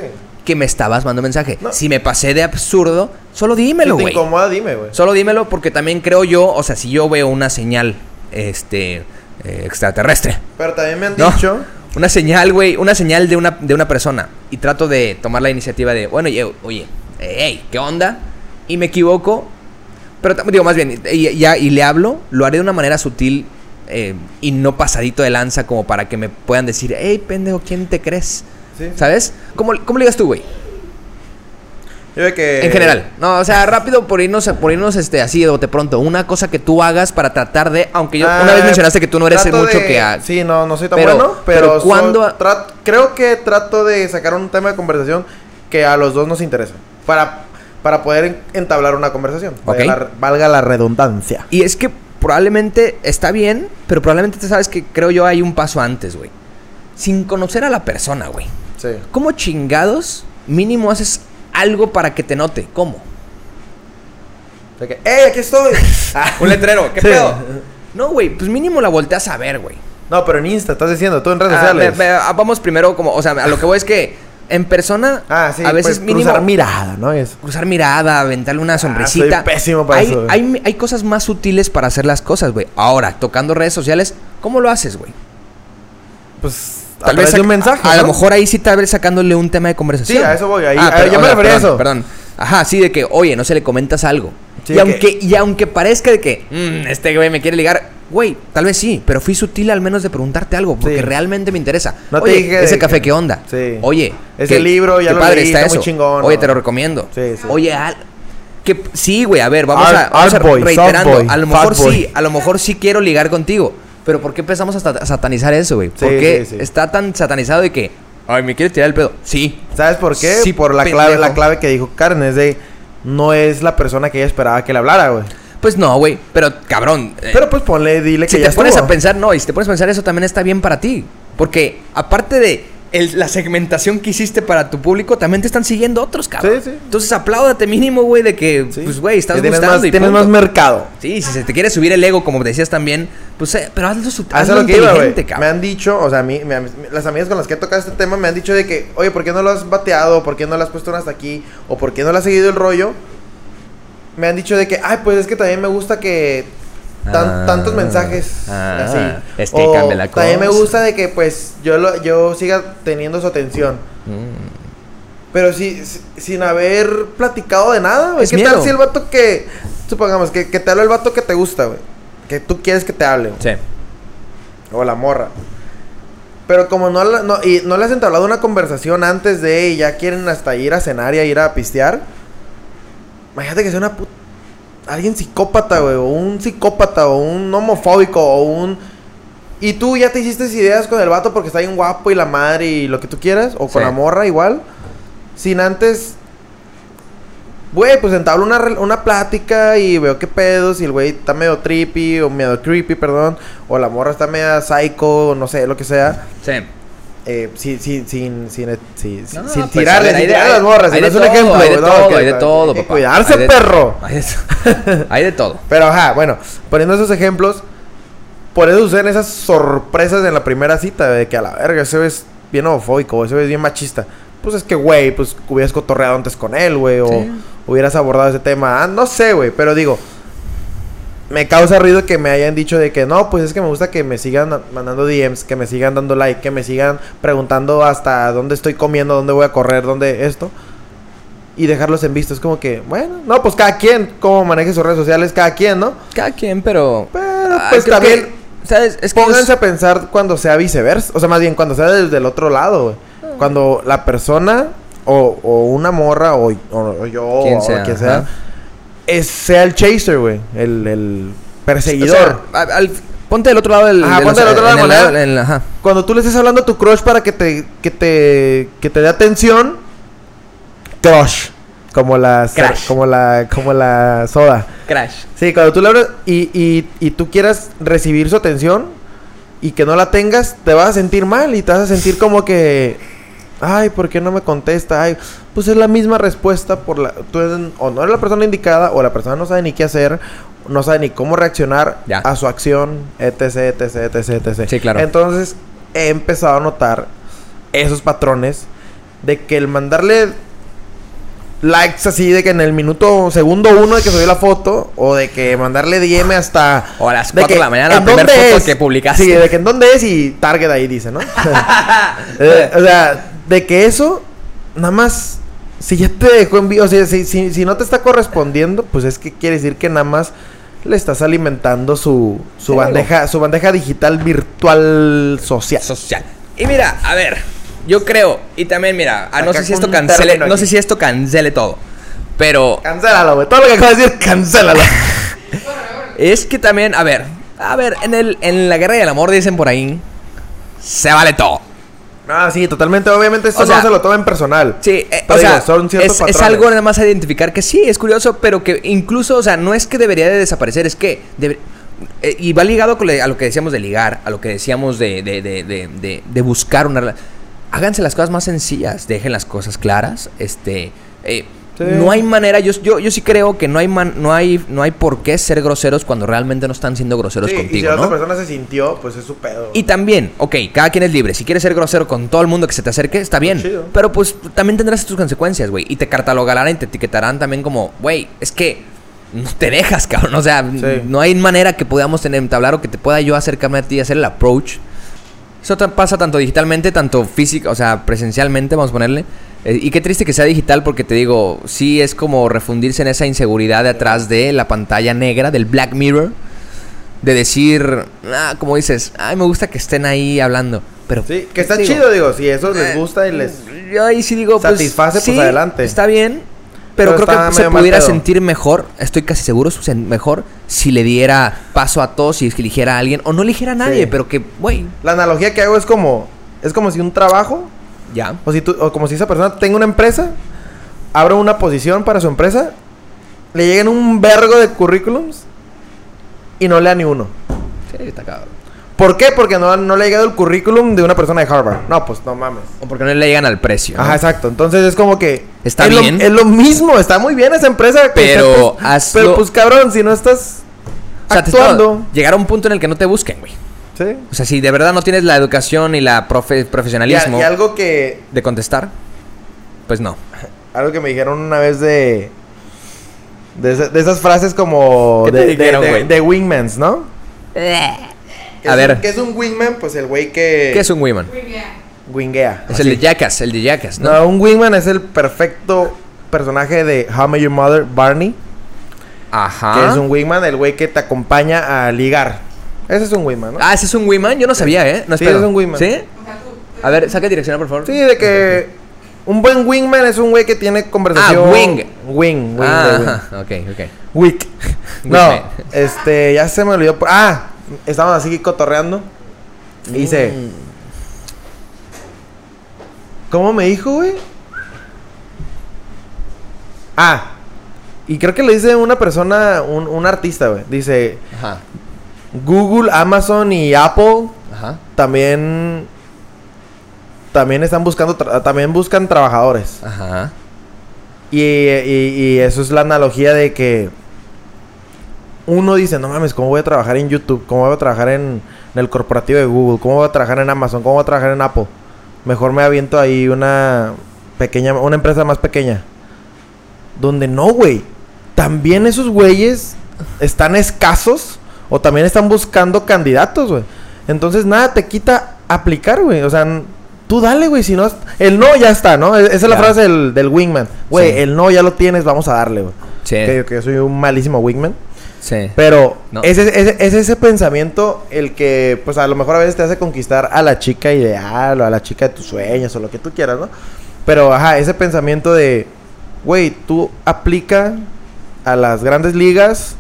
Speaker 1: que me estabas mandando mensaje.
Speaker 2: No.
Speaker 1: Si me pasé de absurdo, solo
Speaker 2: Si
Speaker 1: dímelo,
Speaker 2: te
Speaker 1: güey.
Speaker 2: incomoda, dime, güey.
Speaker 1: Solo dímelo porque también creo yo, o sea, si yo veo una señal este eh, extraterrestre,
Speaker 2: Pero también me han
Speaker 1: ¿no?
Speaker 2: dicho.
Speaker 1: Una señal, güey, una señal de una, de una persona. Y trato de tomar la iniciativa de, bueno, yo, oye, hey, ¿qué onda? Y me equivoco. Pero tam- digo, más bien, y, y- ya, y le hablo, lo haré de una manera sutil eh, y no pasadito de lanza como para que me puedan decir, hey, pendejo, ¿quién te crees?
Speaker 2: Sí.
Speaker 1: ¿Sabes? ¿Cómo, cómo le digas tú, güey?
Speaker 2: Yo de que.
Speaker 1: En general. No, o sea, rápido por irnos, por irnos este, así de bote pronto. Una cosa que tú hagas para tratar de. Aunque yo.
Speaker 2: Ah,
Speaker 1: una vez mencionaste que tú no eres
Speaker 2: trato
Speaker 1: mucho
Speaker 2: de-
Speaker 1: que. ha-
Speaker 2: Sí, no, no soy tan
Speaker 1: Pero-
Speaker 2: bueno. Pero,
Speaker 1: pero
Speaker 2: so-
Speaker 1: ¿cuándo-
Speaker 2: trat- creo que trato de sacar un tema de conversación que a los dos nos interesa. Para, para poder en- entablar una conversación. Valga
Speaker 1: Ok.
Speaker 2: la re- valga la redundancia.
Speaker 1: Y es que probablemente está bien, pero probablemente te sabes que creo yo hay un paso antes, güey. Sin conocer a la persona, güey.
Speaker 2: Sí.
Speaker 1: ¿Cómo chingados mínimo haces algo para que te note? ¿Cómo?
Speaker 2: De que, ¡eh, aquí estoy!
Speaker 1: Un letrero,
Speaker 2: ¿qué pedo?
Speaker 1: No, güey, pues mínimo la volteas a ver, güey.
Speaker 2: no, pero en Insta, estás diciendo, tú en redes
Speaker 1: Ah,
Speaker 2: sociales.
Speaker 1: ve- ve- ah, vamos primero como, o sea, a lo que voy es que en persona
Speaker 2: ah, sí,
Speaker 1: a veces
Speaker 2: pues,
Speaker 1: mínimo
Speaker 2: cruzar mirada, ¿no? Es.
Speaker 1: cruzar mirada, aventarle una sonrisita.
Speaker 2: Ah, soy pésimo para
Speaker 1: hay,
Speaker 2: eso, güey.
Speaker 1: Hay, hay cosas más sutiles para hacer las cosas, güey. Ahora, tocando redes sociales, ¿cómo lo haces, güey?
Speaker 2: Pues, a
Speaker 1: Tal vez
Speaker 2: través de
Speaker 1: sac-
Speaker 2: un mensaje.
Speaker 1: A, a
Speaker 2: ¿no?
Speaker 1: lo mejor ahí sí tal vez sacándole un tema de conversación. Ah,
Speaker 2: Sí, a eso voy, ahí- a-
Speaker 1: pero-
Speaker 2: yo me
Speaker 1: o sea,
Speaker 2: refería a
Speaker 1: perdón,
Speaker 2: eso.
Speaker 1: Perdón. Ajá, sí, de que, oye, no se le comentas algo.
Speaker 2: Sí,
Speaker 1: y,
Speaker 2: de
Speaker 1: aunque,
Speaker 2: que-
Speaker 1: y aunque parezca de que, "Mm, este güey me quiere ligar, güey, tal vez sí, pero fui sutil al menos de preguntarte algo, porque
Speaker 2: Sí.
Speaker 1: realmente me interesa.
Speaker 2: No te
Speaker 1: oye,
Speaker 2: dije de
Speaker 1: ese café,
Speaker 2: que-
Speaker 1: ¿qué onda?
Speaker 2: Sí.
Speaker 1: Oye,
Speaker 2: Ese
Speaker 1: qué-
Speaker 2: libro ya
Speaker 1: qué
Speaker 2: lo
Speaker 1: padre
Speaker 2: leí,
Speaker 1: está,
Speaker 2: está muy
Speaker 1: eso.
Speaker 2: chingón,
Speaker 1: Oye,
Speaker 2: ¿no?
Speaker 1: te lo recomiendo.
Speaker 2: Sí, sí.
Speaker 1: Oye, al- que, sí, güey, a ver, vamos a,
Speaker 2: Art-
Speaker 1: vamos a
Speaker 2: Art Boy,
Speaker 1: reiterando.
Speaker 2: Soft Boy,
Speaker 1: a lo
Speaker 2: Fat
Speaker 1: mejor
Speaker 2: Boy.
Speaker 1: sí, a lo mejor sí quiero ligar contigo. Pero ¿por qué empezamos a sat- a satanizar eso, güey? ¿Por
Speaker 2: Sí,
Speaker 1: qué
Speaker 2: sí, sí.
Speaker 1: está tan satanizado de que, ay, me quieres tirar el pedo? Sí,
Speaker 2: ¿Sabes por qué?
Speaker 1: Sí,
Speaker 2: por la clave,
Speaker 1: pendejo.
Speaker 2: la clave que dijo Karen, es de no es la persona que ella esperaba que le hablara, güey.
Speaker 1: Pues no, güey. Pero, cabrón. eh,
Speaker 2: Pero pues ponle, dile
Speaker 1: si
Speaker 2: que
Speaker 1: te
Speaker 2: ya
Speaker 1: pones
Speaker 2: estuvo.
Speaker 1: a pensar, no, y si te pones a pensar, eso también está bien para ti. Porque, aparte de el- la segmentación que hiciste para tu público, también te están siguiendo otros, cabrón.
Speaker 2: Sí, sí.
Speaker 1: Entonces, apláudate mínimo, güey, de que,
Speaker 2: Sí.
Speaker 1: pues, güey, estás
Speaker 2: Que tienes
Speaker 1: gustando
Speaker 2: más,
Speaker 1: y
Speaker 2: tienes
Speaker 1: punto.
Speaker 2: más mercado.
Speaker 1: Sí, si se te quiere subir el ego, como decías también, pues, eh, pero hazlo, su,
Speaker 2: Ah, Eso
Speaker 1: hazlo
Speaker 2: es lo que iba, güey.
Speaker 1: inteligente,
Speaker 2: Me
Speaker 1: cabrón.
Speaker 2: han dicho, o sea, a mí, me han- las amigas con las que he tocado este tema me han dicho de que, oye, ¿por qué no lo has bateado? ¿Por qué no lo has puesto hasta aquí? ¿O por qué no le has seguido el rollo? Me han dicho de que, ay, pues es que también me gusta que tan-
Speaker 1: Ah,
Speaker 2: tantos mensajes
Speaker 1: ah,
Speaker 2: así.
Speaker 1: es que
Speaker 2: O
Speaker 1: cambia la
Speaker 2: También me
Speaker 1: cosa.
Speaker 2: gusta de que, pues, yo lo, yo siga teniendo su atención.
Speaker 1: Mm,
Speaker 2: Pero si, si- sin haber platicado de nada, güey.
Speaker 1: Es
Speaker 2: ¿Qué
Speaker 1: miedo.
Speaker 2: tal si el vato que, supongamos, que, que te habla el vato que te gusta, güey? Que tú quieres que te hable, güey.
Speaker 1: Sí.
Speaker 2: O la morra. Pero como no, la- no, y no le has entablado una conversación antes de y ya quieren hasta ir a cenar y a ir a pistear. Imagínate que sea una puta. Alguien psicópata, güey. O un psicópata, o un homofóbico, o un. Y tú ya te hiciste ideas con el vato porque está bien guapo y la madre y lo que tú quieras. O con
Speaker 1: Sí.
Speaker 2: la morra igual. Sin antes. Güey, pues entablo una, rel- una plática y veo qué pedos. Y el güey está medio trippy, o medio creepy, perdón. O la morra está medio psycho, o no sé, lo que sea.
Speaker 1: Sí.
Speaker 2: Eh, sin, sin, sin, sin, eh, sin, sin
Speaker 1: No, pues,
Speaker 2: tirarle,
Speaker 1: a ver,
Speaker 2: sin
Speaker 1: hay de-
Speaker 2: tirarle
Speaker 1: hay-
Speaker 2: a las morras.
Speaker 1: hay
Speaker 2: no
Speaker 1: de
Speaker 2: es un
Speaker 1: todo,
Speaker 2: ejemplo,
Speaker 1: Hay de
Speaker 2: güey, no,
Speaker 1: todo,
Speaker 2: que-
Speaker 1: hay de todo,
Speaker 2: hay que
Speaker 1: papá.
Speaker 2: Cuidarse,
Speaker 1: Hay de-
Speaker 2: perro.
Speaker 1: Hay de, hay de todo.
Speaker 2: Pero ajá, bueno, poniendo esos ejemplos, por eso suceden esas sorpresas en la primera cita, de que a la verga, ese es bien homofóbico, ese es bien machista. Pues es que, güey, pues hubieras cotorreado antes con él, güey, o
Speaker 1: Sí.
Speaker 2: hubieras abordado ese tema. Ah, no sé, güey, pero digo, me causa ruido que me hayan dicho de que no, pues es que me gusta que me sigan mandando DMs, que me sigan dando like, que me sigan preguntando hasta dónde estoy comiendo, dónde voy a correr, dónde esto. Y dejarlos en visto. Es como que, bueno, no, pues cada quien, cómo maneje sus redes sociales, cada quien, ¿no?
Speaker 1: Cada quien, pero.
Speaker 2: Pero,
Speaker 1: Ay,
Speaker 2: pues,
Speaker 1: creo que-
Speaker 2: también,
Speaker 1: ¿Sabes? Es que yo-
Speaker 2: Pónganse a pensar cuando sea viceversa. O sea, más bien cuando sea desde el otro lado, güey. Cuando la persona o, o una morra o, o- o yo
Speaker 1: Quien
Speaker 2: o
Speaker 1: sea,
Speaker 2: quien sea,
Speaker 1: ajá.
Speaker 2: es- sea el chaser, güey. El, el
Speaker 1: O
Speaker 2: perseguidor.
Speaker 1: sea, al- al- ponte del otro lado del.
Speaker 2: Ajá,
Speaker 1: del-
Speaker 2: ponte del otro lado de
Speaker 1: en
Speaker 2: la
Speaker 1: el-
Speaker 2: moneda.
Speaker 1: en el- ajá.
Speaker 2: cuando tú le estés hablando a tu crush para que te, que te, que te dé atención. Crush. Como la,
Speaker 1: Crush.
Speaker 2: como la, como la soda.
Speaker 1: Crash.
Speaker 2: Sí, cuando tú le hablas y, y, y tú quieras recibir su atención y que no la tengas, te vas a sentir mal y te vas a sentir como que, ay, ¿por qué no me contesta? Ay, pues es la misma respuesta por la, tú eres- o no eres la persona indicada o la persona no sabe ni qué hacer, no sabe ni cómo reaccionar
Speaker 1: Ya.
Speaker 2: a su acción, etc, etc, etc, etc.
Speaker 1: Sí, claro.
Speaker 2: Entonces he empezado a notar esos patrones de que el mandarle likes así de que en el minuto segundo uno de que subió la foto o de que mandarle DM hasta
Speaker 1: O a las
Speaker 2: de
Speaker 1: 4 de,
Speaker 2: que,
Speaker 1: la mañana, la
Speaker 2: ¿en
Speaker 1: primera
Speaker 2: dónde
Speaker 1: foto
Speaker 2: es?
Speaker 1: que publicaste.
Speaker 2: Sí, eh. de que en dónde es y target ahí dice, ¿no? Eh, o sea, de que eso nada más si ya te dejó en vivo, o sea, si, si, si no te está correspondiendo, pues es que quiere decir que nada más le estás alimentando su, su
Speaker 1: Sí,
Speaker 2: bandeja, su bandeja digital virtual social.
Speaker 1: social. Y mira, a ver, yo creo, y también mira, ah, no
Speaker 2: Acá
Speaker 1: sé si
Speaker 2: con
Speaker 1: esto
Speaker 2: un
Speaker 1: cancele,
Speaker 2: término
Speaker 1: no
Speaker 2: aquí.
Speaker 1: sé si esto cancele todo, pero
Speaker 2: Cancélalo, güey. Todo lo que acabas de decir, cancélalo.
Speaker 1: es que también, a ver, a ver, en el en la guerra y el amor dicen por ahí se vale todo.
Speaker 2: Ah, sí, totalmente. Obviamente esto
Speaker 1: O sea,
Speaker 2: no se lo tomen personal.
Speaker 1: Sí, eh,
Speaker 2: Pero
Speaker 1: o
Speaker 2: digo,
Speaker 1: sea,
Speaker 2: son ciertos
Speaker 1: es, es
Speaker 2: patrones.
Speaker 1: algo nada más a identificar que sí, es curioso, pero que incluso, o sea, no es que debería de desaparecer, es que... debe- eh, y va ligado con le- a lo que decíamos de ligar, a lo que decíamos de, de, de, de, de- de buscar una relación. Háganse las cosas más sencillas, dejen las cosas claras, este... eh,
Speaker 2: Sí.
Speaker 1: No hay manera, yo, yo, yo sí creo que no hay, man- no, hay, no hay por qué ser groseros cuando realmente no están siendo groseros
Speaker 2: Sí,
Speaker 1: contigo.
Speaker 2: y si la
Speaker 1: ¿no?
Speaker 2: otra persona se sintió, pues es su pedo.
Speaker 1: Y también, ok, cada quien es libre. Si quieres ser grosero con todo el mundo que se te acerque, está bien.
Speaker 2: chido.
Speaker 1: Pero pues también tendrás tus consecuencias, güey. Y te catalogarán y te etiquetarán también como, güey, es que no te dejas, cabrón. O sea,
Speaker 2: Sí.
Speaker 1: no hay manera que podamos tener, entablar o que te pueda yo acercarme a ti y hacer el approach Eso ta- pasa tanto digitalmente, tanto físico, o sea, presencialmente, vamos a ponerle. Eh, y qué triste que sea digital porque te digo, sí es como refundirse en esa inseguridad de atrás de la pantalla negra, del Black Mirror, de decir, ah, como dices, ay, me gusta que estén ahí hablando. Pero,
Speaker 2: Sí, que está
Speaker 1: digo,
Speaker 2: chido, digo, si eso les
Speaker 1: eh,
Speaker 2: gusta y les...
Speaker 1: Yo ahí sí digo, pues,
Speaker 2: Satisface, pues,
Speaker 1: sí,
Speaker 2: adelante.
Speaker 1: Está bien, pero,
Speaker 2: Pero
Speaker 1: creo
Speaker 2: está
Speaker 1: que se
Speaker 2: medio mal
Speaker 1: pudiera
Speaker 2: pedo.
Speaker 1: sentir mejor, estoy casi seguro, se- mejor si le diera paso a todos y eligiera a alguien, o no eligiera a nadie,
Speaker 2: Sí.
Speaker 1: pero que, güey,
Speaker 2: La analogía que hago es como... Es como si un trabajo
Speaker 1: ya.
Speaker 2: O, si tú- o como si esa persona tenga una empresa, abra una posición para su empresa, le lleguen un vergo de currículums y no lea ni uno.
Speaker 1: Sí, está cabrón.
Speaker 2: ¿Por qué? Porque no, no le ha llegado el currículum de una persona de Harvard. No, pues no mames.
Speaker 1: O porque no le llegan al precio. ¿no?
Speaker 2: Ajá, exacto. Entonces es como que.
Speaker 1: Está
Speaker 2: es
Speaker 1: bien.
Speaker 2: Lo, es lo mismo, está muy bien esa empresa. que
Speaker 1: Pero
Speaker 2: está, pues,
Speaker 1: hazlo-
Speaker 2: Pero pues cabrón, si no estás
Speaker 1: O sea, te estaba-
Speaker 2: actuando.
Speaker 1: llegar a un punto en el que no te busquen, güey.
Speaker 2: Sí.
Speaker 1: O sea, si de verdad no tienes la educación y la profe-
Speaker 2: Y, a-
Speaker 1: profesionalismo
Speaker 2: y algo que.
Speaker 1: de contestar, pues no.
Speaker 2: Algo que me dijeron una vez de. De, esa- de esas frases como.
Speaker 1: ¿Qué te
Speaker 2: de, de-
Speaker 1: dijeron,
Speaker 2: de-
Speaker 1: güey?
Speaker 2: de wingmans, ¿no? ¿Qué
Speaker 1: A
Speaker 2: es un-
Speaker 1: ver.
Speaker 2: ¿Qué es un wingman? Pues el güey que.
Speaker 1: ¿Qué es un women?
Speaker 3: Muy bien.
Speaker 2: Winguea.
Speaker 1: Es el de Jackass, el de Jackass, ¿no?
Speaker 2: No, un wingman es el perfecto personaje de How I Met Your Mother, Barney.
Speaker 1: Ajá.
Speaker 2: Que es un wingman, el güey que te acompaña a ligar. Ese es un wingman, ¿no?
Speaker 1: Ah, ese es un women, yo no sabía, ¿eh? No
Speaker 2: Sí,
Speaker 1: pedo.
Speaker 2: es un women.
Speaker 1: ¿Sí?
Speaker 3: O sea, tú. tú-
Speaker 1: A ver, saca direccional, por favor.
Speaker 2: Sí, de que. Un buen wingman es un güey que tiene conversación.
Speaker 1: Ah, wing.
Speaker 2: Wing, wing. de
Speaker 1: Ah,
Speaker 2: wing.
Speaker 1: ajá, ok, ok.
Speaker 2: Wick.
Speaker 1: Wingman.
Speaker 2: No, este, ya se me olvidó. por- Ah, estábamos así cotorreando. Y dice.
Speaker 1: Mm.
Speaker 2: ¿Cómo me dijo, güey? Ah, y creo que le dice una persona, un, un artista, güey. Dice:
Speaker 1: Ajá,
Speaker 2: Google, Amazon y Apple
Speaker 1: ajá.
Speaker 2: también. También están buscando, tra- también buscan trabajadores.
Speaker 1: Ajá.
Speaker 2: Y, y- y eso es la analogía de que uno dice, no mames, ¿cómo voy a trabajar en YouTube? ¿Cómo voy a trabajar en, en el corporativo de Google? ¿Cómo voy a trabajar en Amazon? ¿Cómo voy a trabajar en Apple? Mejor me aviento ahí una pequeña, una empresa más pequeña. Donde no, güey. También esos güeyes están escasos o también están buscando candidatos, güey. Entonces nada te quita aplicar, güey. O sea, n- tú dale, güey. Si no, es- el no ya está, ¿no? E- Esa es la
Speaker 1: Ya.
Speaker 2: frase del, del wingman. Güey,
Speaker 1: Sí.
Speaker 2: el no ya lo tienes, vamos a darle, güey.
Speaker 1: Sí,
Speaker 2: Que, yo- que yo soy un malísimo wingman.
Speaker 1: sí.
Speaker 2: Pero
Speaker 1: No.
Speaker 2: es, ese- ese- es ese pensamiento el que, pues a lo mejor a veces te hace conquistar a la chica ideal o a la chica de tus sueños o lo que tú quieras, ¿no? Pero, ajá, ese pensamiento de, güey, tú aplica a las grandes ligas.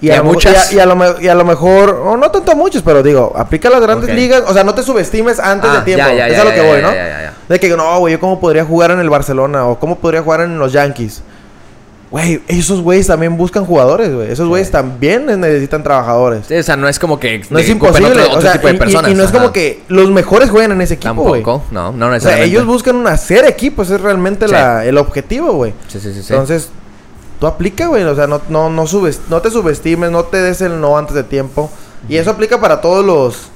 Speaker 1: Y a
Speaker 2: lo mejor-
Speaker 1: muchas.
Speaker 2: Y a, y a lo, me- y a lo mejor, o no tanto a muchos, pero digo, aplica a las grandes
Speaker 1: Ok.
Speaker 2: ligas. O sea, no te subestimes antes
Speaker 1: Ah,
Speaker 2: de tiempo.
Speaker 1: ya, ya,
Speaker 2: es
Speaker 1: ya,
Speaker 2: a lo que
Speaker 1: ya,
Speaker 2: voy,
Speaker 1: ya,
Speaker 2: ¿no?
Speaker 1: ya, ya, ya.
Speaker 2: De que no, güey, yo cómo podría jugar en el Barcelona o cómo podría jugar en los Yankees. Güey, esos güeyes también buscan jugadores, güey. Esos güeyes también necesitan trabajadores.
Speaker 1: Sí, o sea, no es como que
Speaker 2: No es
Speaker 1: le ocupen
Speaker 2: imposible.
Speaker 1: otro,
Speaker 2: o
Speaker 1: otro
Speaker 2: sea,
Speaker 1: tipo de
Speaker 2: y- y-
Speaker 1: personas.
Speaker 2: Y, no es
Speaker 1: ajá.
Speaker 2: como que los mejores juegan en ese equipo, güey.
Speaker 1: Tampoco,
Speaker 2: O
Speaker 1: no, no
Speaker 2: sea,
Speaker 1: necesariamente.
Speaker 2: ellos buscan hacer equipos, es realmente
Speaker 1: Sí.
Speaker 2: la- el objetivo, güey.
Speaker 1: Sí, sí, sí, sí.
Speaker 2: Entonces, tú aplica, güey. O sea, no, no, no, subes- no te subestimes, no te des el no antes de tiempo. Y eso aplica para todos los.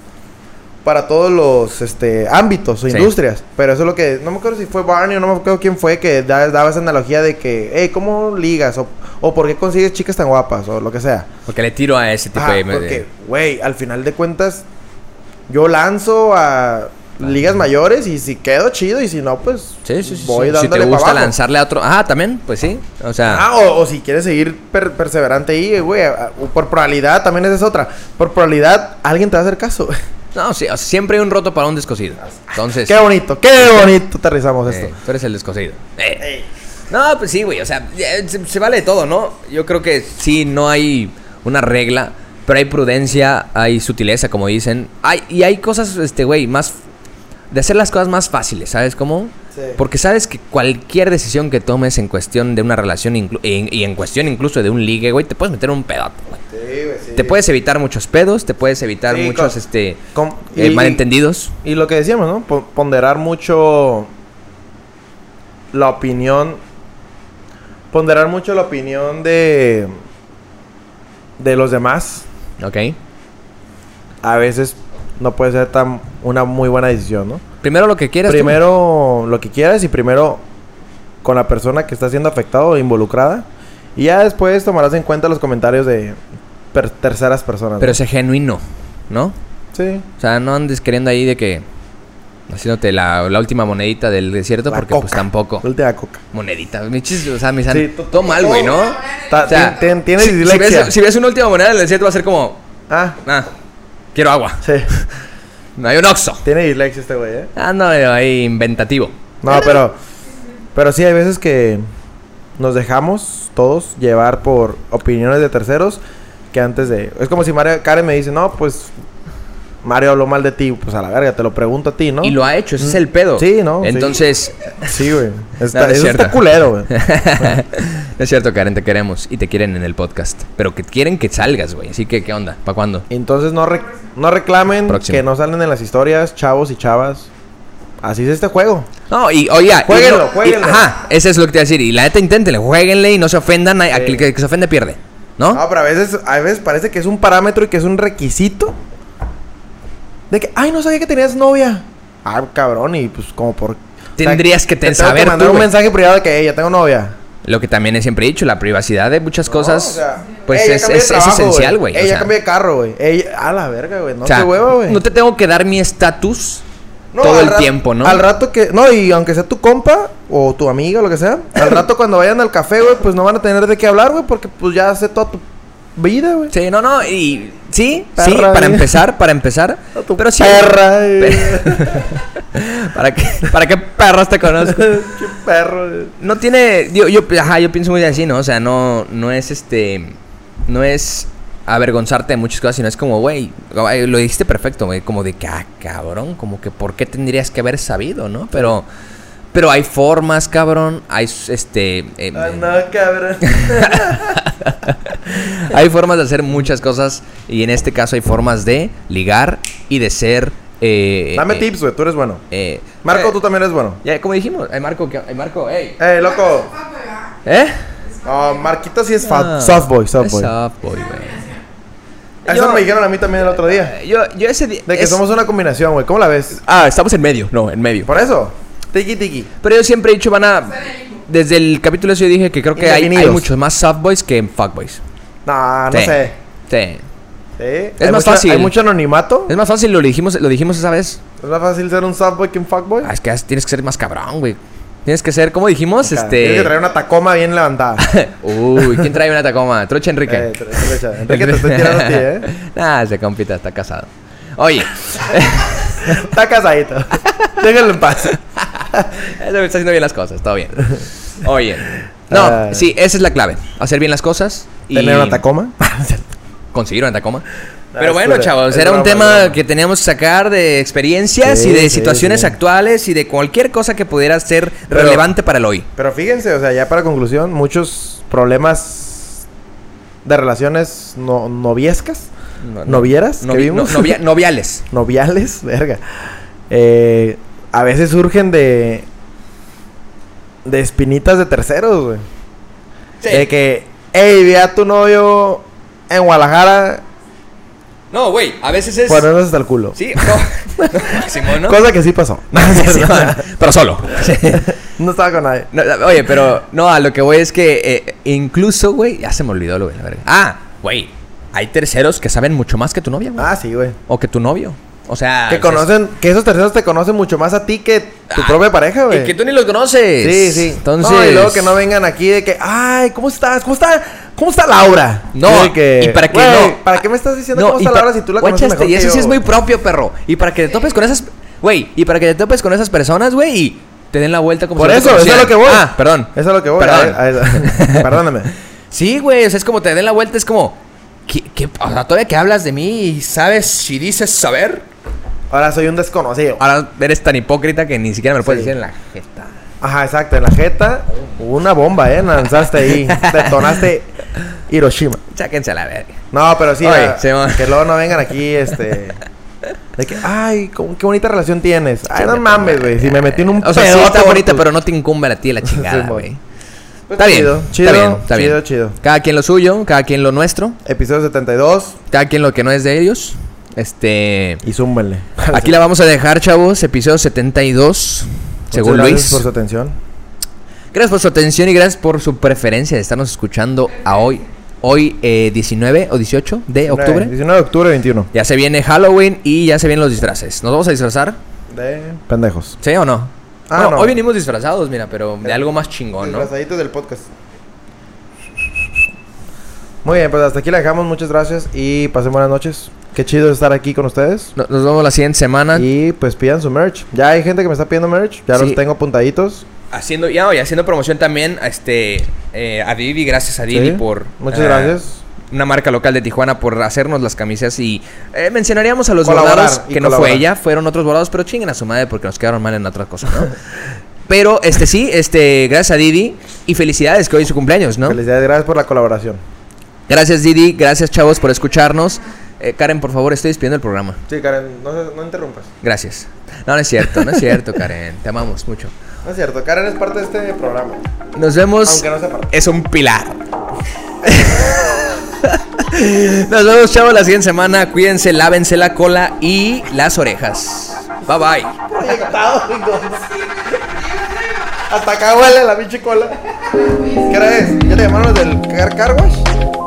Speaker 2: Para todos los este, ámbitos o
Speaker 1: Sí.
Speaker 2: industrias. Pero eso es lo que. No me acuerdo si fue Barney o no me acuerdo quién fue que da- daba esa analogía de que. Hey, ¿cómo ligas? O, o por qué consigues chicas tan guapas? O lo que sea.
Speaker 1: porque le tiro a ese tipo
Speaker 2: Ah,
Speaker 1: de...
Speaker 2: porque, güey, al final de cuentas. Yo lanzo
Speaker 1: Ah,
Speaker 2: a ligas mayores y si quedo chido y si no, pues.
Speaker 1: Sí, sí, sí.
Speaker 2: Voy
Speaker 1: sí. Si
Speaker 2: dándole
Speaker 1: te
Speaker 2: pa'
Speaker 1: gusta
Speaker 2: abajo.
Speaker 1: lanzarle a otro... Ah, ¿también? Pues sí. O sea...
Speaker 2: Ah, o, o si quieres seguir per- perseverante ahí, eh, güey. ah, o Por probabilidad, también esa es otra. Por probabilidad, alguien te va a hacer caso. güey.
Speaker 1: No, sí, o sea, siempre hay un roto para un descosido. Entonces...
Speaker 2: Qué bonito, qué bonito aterrizamos
Speaker 1: eh,
Speaker 2: esto.
Speaker 1: tú eres el descosido. Eh. No, pues sí, güey. O sea, eh, se, se vale de todo, ¿no? Yo creo que sí, no hay una regla, pero hay prudencia, hay sutileza, como dicen. Hay, y hay cosas, este, güey, más. De hacer las cosas más fáciles, ¿sabes cómo?
Speaker 2: Sí.
Speaker 1: Porque sabes que cualquier decisión que tomes en cuestión de una relación inclu- y, y en cuestión incluso de un ligue, güey, te puedes meter en un pedazo, güey. Te puedes evitar muchos pedos, te puedes evitar
Speaker 2: Sí,
Speaker 1: muchos,
Speaker 2: con-
Speaker 1: este,
Speaker 2: Com-
Speaker 1: eh, malentendidos.
Speaker 2: Y lo que decíamos, ¿no? Po- Ponderar mucho la opinión. Ponderar mucho la opinión de. de los demás.
Speaker 1: Ok.
Speaker 2: A veces no puede ser tan una muy buena decisión, ¿no?
Speaker 1: Primero lo que quieras. tú.
Speaker 2: primero lo que quieras y primero con la persona que está siendo afectada o involucrada. Y ya después tomarás en cuenta los comentarios de per- terceras personas.
Speaker 1: Pero
Speaker 2: ¿no?
Speaker 1: sea genuino, ¿no?
Speaker 2: Sí.
Speaker 1: O sea, no andes queriendo ahí de que. Haciéndote la, la última monedita del desierto,
Speaker 2: La
Speaker 1: porque pues
Speaker 2: coca.
Speaker 1: tampoco.
Speaker 2: Voltea a coca.
Speaker 1: Monedita, mis chis- o sea, mis an-
Speaker 2: Sí, to- Oh,
Speaker 1: todo mal, güey, ¿no?
Speaker 2: Ta-
Speaker 1: O sea,
Speaker 2: tien- tien- tiene
Speaker 1: si, si
Speaker 2: dislexia.
Speaker 1: ves, si ves una última moneda del desierto, va a ser como.
Speaker 2: Ah,
Speaker 1: Ah, quiero agua.
Speaker 2: sí.
Speaker 1: No hay un oxo.
Speaker 2: Tiene dislexia este güey, ¿eh?
Speaker 1: Ah, no, ahí inventativo.
Speaker 2: No, pero. Pero sí, hay veces que nos dejamos todos llevar por opiniones de terceros que antes de. Es como si Mario, Karen me dice, no, pues. Mario habló mal de ti, pues a la verga, te lo pregunto a ti, ¿no? Mm.
Speaker 1: Y lo ha hecho, ese es el pedo.
Speaker 2: Sí, no, sí.
Speaker 1: Entonces,
Speaker 2: Sí, güey. Está,
Speaker 1: No, no es
Speaker 2: eso está
Speaker 1: cierto.
Speaker 2: culero, güey.
Speaker 1: no es cierto, Karen, te queremos y te quieren en el podcast. Pero que quieren que salgas, güey. Así que, ¿qué onda? ¿Para cuándo?
Speaker 2: Entonces no, rec- no reclamen
Speaker 1: Próximo.
Speaker 2: que no salen en las historias, chavos y chavas. Así es este juego.
Speaker 1: No, y oiga. y
Speaker 2: Jueguenlo,
Speaker 1: no- y-
Speaker 2: jueguenlo.
Speaker 1: Ajá, eso es lo que te iba a decir. Y la neta, inténtenle, jueguenle y no se ofendan. A, a-
Speaker 2: Sí. Ah.
Speaker 1: que, que se ofende pierde, ¿no?
Speaker 2: No, pero a veces, a veces parece que es un parámetro y que es un requisito. De que, ay, no sabía que tenías novia. Ah, cabrón, y pues como por...
Speaker 1: Tendrías que te-
Speaker 2: tengo
Speaker 1: saber
Speaker 2: mandar
Speaker 1: tú,
Speaker 2: un
Speaker 1: güey.
Speaker 2: mensaje privado de que, "Ey, ya tengo novia.
Speaker 1: Lo que también he siempre dicho, la privacidad de muchas cosas,
Speaker 2: No, o sea,
Speaker 1: pues
Speaker 2: "Ey, ya
Speaker 1: es,
Speaker 2: cambié de
Speaker 1: es- es
Speaker 2: trabajo,
Speaker 1: esencial, güey.
Speaker 2: Ey,
Speaker 1: o
Speaker 2: ya
Speaker 1: sea,
Speaker 2: cambié de carro, güey. Ey, a la verga, güey. No
Speaker 1: o sea,
Speaker 2: te hueva, güey.
Speaker 1: no te tengo que dar mi estatus
Speaker 2: No,
Speaker 1: todo
Speaker 2: al
Speaker 1: el
Speaker 2: rato-
Speaker 1: tiempo, ¿no?
Speaker 2: Al rato que. No, y aunque sea tu compa o tu amiga o lo que sea, al rato cuando vayan al café, güey, pues no van a tener de qué hablar, güey, porque pues ya sé toda tu vida, güey.
Speaker 1: Sí, no, no, y sí, sí,
Speaker 2: Perra,
Speaker 1: para
Speaker 2: eh.
Speaker 1: empezar, para empezar,
Speaker 2: Tu
Speaker 1: pero sí.
Speaker 2: Perra, eh.
Speaker 1: Pe-
Speaker 2: güey.
Speaker 1: ¿Para qué, para qué perras te conozco?
Speaker 2: Qué perro, güey.
Speaker 1: No tiene, yo, yo, ajá, yo pienso muy así, ¿no? O sea, no, no es este, no es avergonzarte de muchas cosas, sino es como, güey, ay, lo dijiste perfecto, güey, como de que, ah, cabrón, como que, ¿por qué tendrías que haber sabido, no? Pero, pero hay formas, cabrón, hay, este, eh,
Speaker 2: Ah, no, cabrón.
Speaker 1: Hay formas de hacer muchas cosas y en este caso hay formas de ligar y de ser... eh,
Speaker 2: Dame
Speaker 1: eh,
Speaker 2: tips, güey, tú eres bueno.
Speaker 1: eh,
Speaker 2: Marco,
Speaker 1: eh,
Speaker 2: tú también eres bueno.
Speaker 1: Ya, como dijimos, ay Marco, ¿qué- ay, Marco, ey.
Speaker 2: Eh, loco.
Speaker 3: Pues,
Speaker 1: ¿Eh?
Speaker 2: No, Marquito sí es
Speaker 1: Ah,
Speaker 2: fat. Soft boy, soft
Speaker 1: es
Speaker 2: boy. Ah,
Speaker 1: soft boy, güey.
Speaker 2: Eso
Speaker 1: Yo-
Speaker 2: me dijeron a mí también el otro día.
Speaker 1: Yo, yo ese día...
Speaker 2: De que
Speaker 1: es-
Speaker 2: somos una combinación, güey. ¿Cómo la ves?
Speaker 1: Ah, estamos en medio, no, en medio.
Speaker 2: Por eso. Tiki tiki.
Speaker 1: Pero yo siempre he dicho, van a... Desde el capítulo ese yo dije que creo que hay, hay
Speaker 2: Indefinidos. Ah,
Speaker 1: muchos más soft boys que fuck boys.
Speaker 2: No, no
Speaker 1: Sí.
Speaker 2: sé.
Speaker 1: Sí.
Speaker 2: Sí. Hay
Speaker 1: más
Speaker 2: mucho-
Speaker 1: fácil.
Speaker 2: Hay mucho anonimato.
Speaker 1: Es más fácil, lo dijimos, lo dijimos esa vez.
Speaker 2: ¿Es más fácil ser un softboy que un fuckboy?
Speaker 1: Ah, es que tienes que ser más cabrón, güey. Tienes que ser, como dijimos,
Speaker 2: Acá,
Speaker 1: este...
Speaker 2: Tienes que traer una tacoma bien levantada.
Speaker 1: Uy, ¿quién trae una Tacoma? Trocha Enrique.
Speaker 2: Eh, tra- trocha. Enrique, te estoy tirando a ti, ¿eh?
Speaker 1: Nah, ese compita está casado. Oye,
Speaker 2: Está casadito. Déjalo en paz.
Speaker 1: ese güey Eh, está haciendo bien las cosas, todo bien. Oye, no,
Speaker 2: Ah.
Speaker 1: sí, esa es la clave. Hacer bien las cosas y
Speaker 2: ¿Tener una tacoma? Ah,
Speaker 1: conseguir una Tacoma.
Speaker 2: es
Speaker 1: Pero bueno,
Speaker 2: broma,
Speaker 1: chavos,
Speaker 2: es
Speaker 1: era un
Speaker 2: broma,
Speaker 1: tema
Speaker 2: es broma.
Speaker 1: que teníamos que sacar de experiencias
Speaker 2: Sí,
Speaker 1: y de
Speaker 2: sí,
Speaker 1: situaciones
Speaker 2: sí.
Speaker 1: actuales y de cualquier cosa que pudiera ser
Speaker 2: Pero-
Speaker 1: relevante para el hoy.
Speaker 2: Pero fíjense, o sea, ya para conclusión, muchos problemas de relaciones no, noviescas,
Speaker 1: No,
Speaker 2: novieras, que
Speaker 1: Novi-
Speaker 2: vimos.
Speaker 1: no- novia- noviales.
Speaker 2: noviales, verga. Eh, a veces surgen de. de espinitas de terceros, güey.
Speaker 1: Sí.
Speaker 2: De Eh, que, hey, ve a tu novio en Guadalajara,
Speaker 1: No, güey, a veces es...
Speaker 2: ponernos hasta el culo.
Speaker 1: Sí, no. Simón, ¿no?
Speaker 2: Cosa que sí pasó.
Speaker 1: Sí, man, pero solo. Sí.
Speaker 2: no estaba con nadie.
Speaker 1: No, no, oye, pero no, a lo que voy es que eh, incluso, güey, ya se me olvidó lo de la verga. Ah, güey, hay terceros que saben mucho más que tu novia, güey.
Speaker 2: Ah, sí, güey.
Speaker 1: O que tu novio. O sea,
Speaker 2: Que
Speaker 1: pues,
Speaker 2: conocen, que esos terceros te conocen mucho más a ti que tu propia pareja,
Speaker 1: Ah, Y
Speaker 2: güey.
Speaker 1: que tú ni los conoces.
Speaker 2: Sí, sí.
Speaker 1: Entonces.
Speaker 2: No, y luego que no vengan aquí de que, ay, ¿cómo estás? ¿Cómo está? ¿Cómo está Laura?
Speaker 1: No,
Speaker 2: Y de que,
Speaker 1: y para que
Speaker 2: "Güey,
Speaker 1: no.
Speaker 2: ¿Para qué me estás diciendo
Speaker 1: No,
Speaker 2: cómo
Speaker 1: y
Speaker 2: está
Speaker 1: pa-
Speaker 2: Laura si tú la conoces
Speaker 1: guachaste,
Speaker 2: mejor
Speaker 1: Y
Speaker 2: que
Speaker 1: eso sí
Speaker 2: yo,
Speaker 1: es muy
Speaker 2: güey?"
Speaker 1: propio, perro. Y para que te topes con esas. Güey, y para que te topes con esas personas, güey, y te den la vuelta como
Speaker 2: Por
Speaker 1: si no te
Speaker 2: eso, eso es
Speaker 1: conocieran.
Speaker 2: lo que voy.
Speaker 1: Ah, perdón.
Speaker 2: Eso es lo que voy.
Speaker 1: Perdón.
Speaker 2: A ver, a ver, perdóname.
Speaker 1: Sí, güey, o sea, es como te den la vuelta, es como. ¿qué, qué, o sea, todavía que hablas de mí y sabes si dices saber.
Speaker 2: Ahora soy un desconocido.
Speaker 1: Ahora eres tan hipócrita que ni siquiera me lo puedes
Speaker 2: Sí.
Speaker 1: decir en la jeta.
Speaker 2: Ajá, exacto. En la jeta, hubo una bomba, ¿eh? Lanzaste ahí. Detonaste Hiroshima.
Speaker 1: Cháquense a la verga.
Speaker 2: No, pero sí,
Speaker 1: Oye,
Speaker 2: a-
Speaker 1: Simón.
Speaker 2: que luego no vengan aquí, este... De que, ay, cómo- qué bonita relación tienes. Ay, no mames, güey. Si me metí en un
Speaker 1: O sea, sí
Speaker 2: pedote
Speaker 1: está
Speaker 2: por
Speaker 1: bonita,
Speaker 2: tu-
Speaker 1: pero no te incumbe a ti la chingada,
Speaker 2: Sí,
Speaker 1: güey.
Speaker 2: Pues
Speaker 1: Está bien,
Speaker 2: chido,
Speaker 1: está bien, está
Speaker 2: chido,
Speaker 1: bien.
Speaker 2: chido.
Speaker 1: Cada quien lo suyo, cada quien lo nuestro,
Speaker 2: Episodio 72
Speaker 1: cada quien lo que no es de ellos. Este.
Speaker 2: y zúmbenle.
Speaker 1: Aquí la vamos a dejar, chavos. Episodio 72, según
Speaker 2: Muchas
Speaker 1: Luis.
Speaker 2: gracias por su atención.
Speaker 1: Gracias por su atención y gracias por su preferencia de estarnos escuchando a hoy. hoy eh, 19 o 18 de octubre.
Speaker 2: 19 de octubre 21.
Speaker 1: Ya se viene Halloween y ya se vienen los disfraces. ¿Nos vamos a disfrazar?
Speaker 2: De pendejos.
Speaker 1: ¿Sí o no?
Speaker 2: Ah,
Speaker 1: Bueno,
Speaker 2: no. Eh,
Speaker 1: Hoy venimos disfrazados, mira, pero de algo más chingón, ¿no?
Speaker 2: Disfrazaditos del podcast. Muy bien, pues hasta aquí la dejamos. Muchas gracias y pasen buenas noches. Qué chido estar aquí con ustedes.
Speaker 1: No- Nos vemos la siguiente semana.
Speaker 2: Y pues pidan su merch. Ya hay gente que me está pidiendo merch. Ya
Speaker 1: Ah. Sí.
Speaker 2: los tengo apuntaditos.
Speaker 1: Haciendo, ya, oye, haciendo promoción también a este eh, a Didi, gracias a Didi
Speaker 2: Sí.
Speaker 1: por
Speaker 2: Muchas
Speaker 1: eh,
Speaker 2: gracias.
Speaker 1: Una marca local de Tijuana por hacernos las camisas y eh, mencionaríamos a los
Speaker 2: Colaborar
Speaker 1: bordados,
Speaker 2: y
Speaker 1: que no fue
Speaker 2: colaborar.
Speaker 1: ella, fueron otros bordados, pero chinguen a su madre porque nos quedaron mal en otra cosa, ¿no? pero este sí, este, gracias a Didi y felicidades que hoy es su cumpleaños, ¿no?
Speaker 2: Felicidades, gracias por la colaboración.
Speaker 1: Gracias Didi, gracias chavos por escucharnos. Eh, Karen, por favor, estoy despidiendo el programa.
Speaker 2: Sí, Karen, no, no interrumpas.
Speaker 1: Gracias. No, no es cierto, no es cierto, Karen. Te amamos mucho.
Speaker 2: No es cierto, Karen es parte de este programa.
Speaker 1: Nos vemos.
Speaker 2: Aunque no sea parte.
Speaker 1: Es un pilar. Nos vemos, chavos, la siguiente semana. Cuídense, lávense la cola y las orejas. Bye bye.
Speaker 2: Proyectado, hijos. Hasta acá huele la pinche cola. ¿Qué hora es? ¿Ya te llamaron los del car, car wash?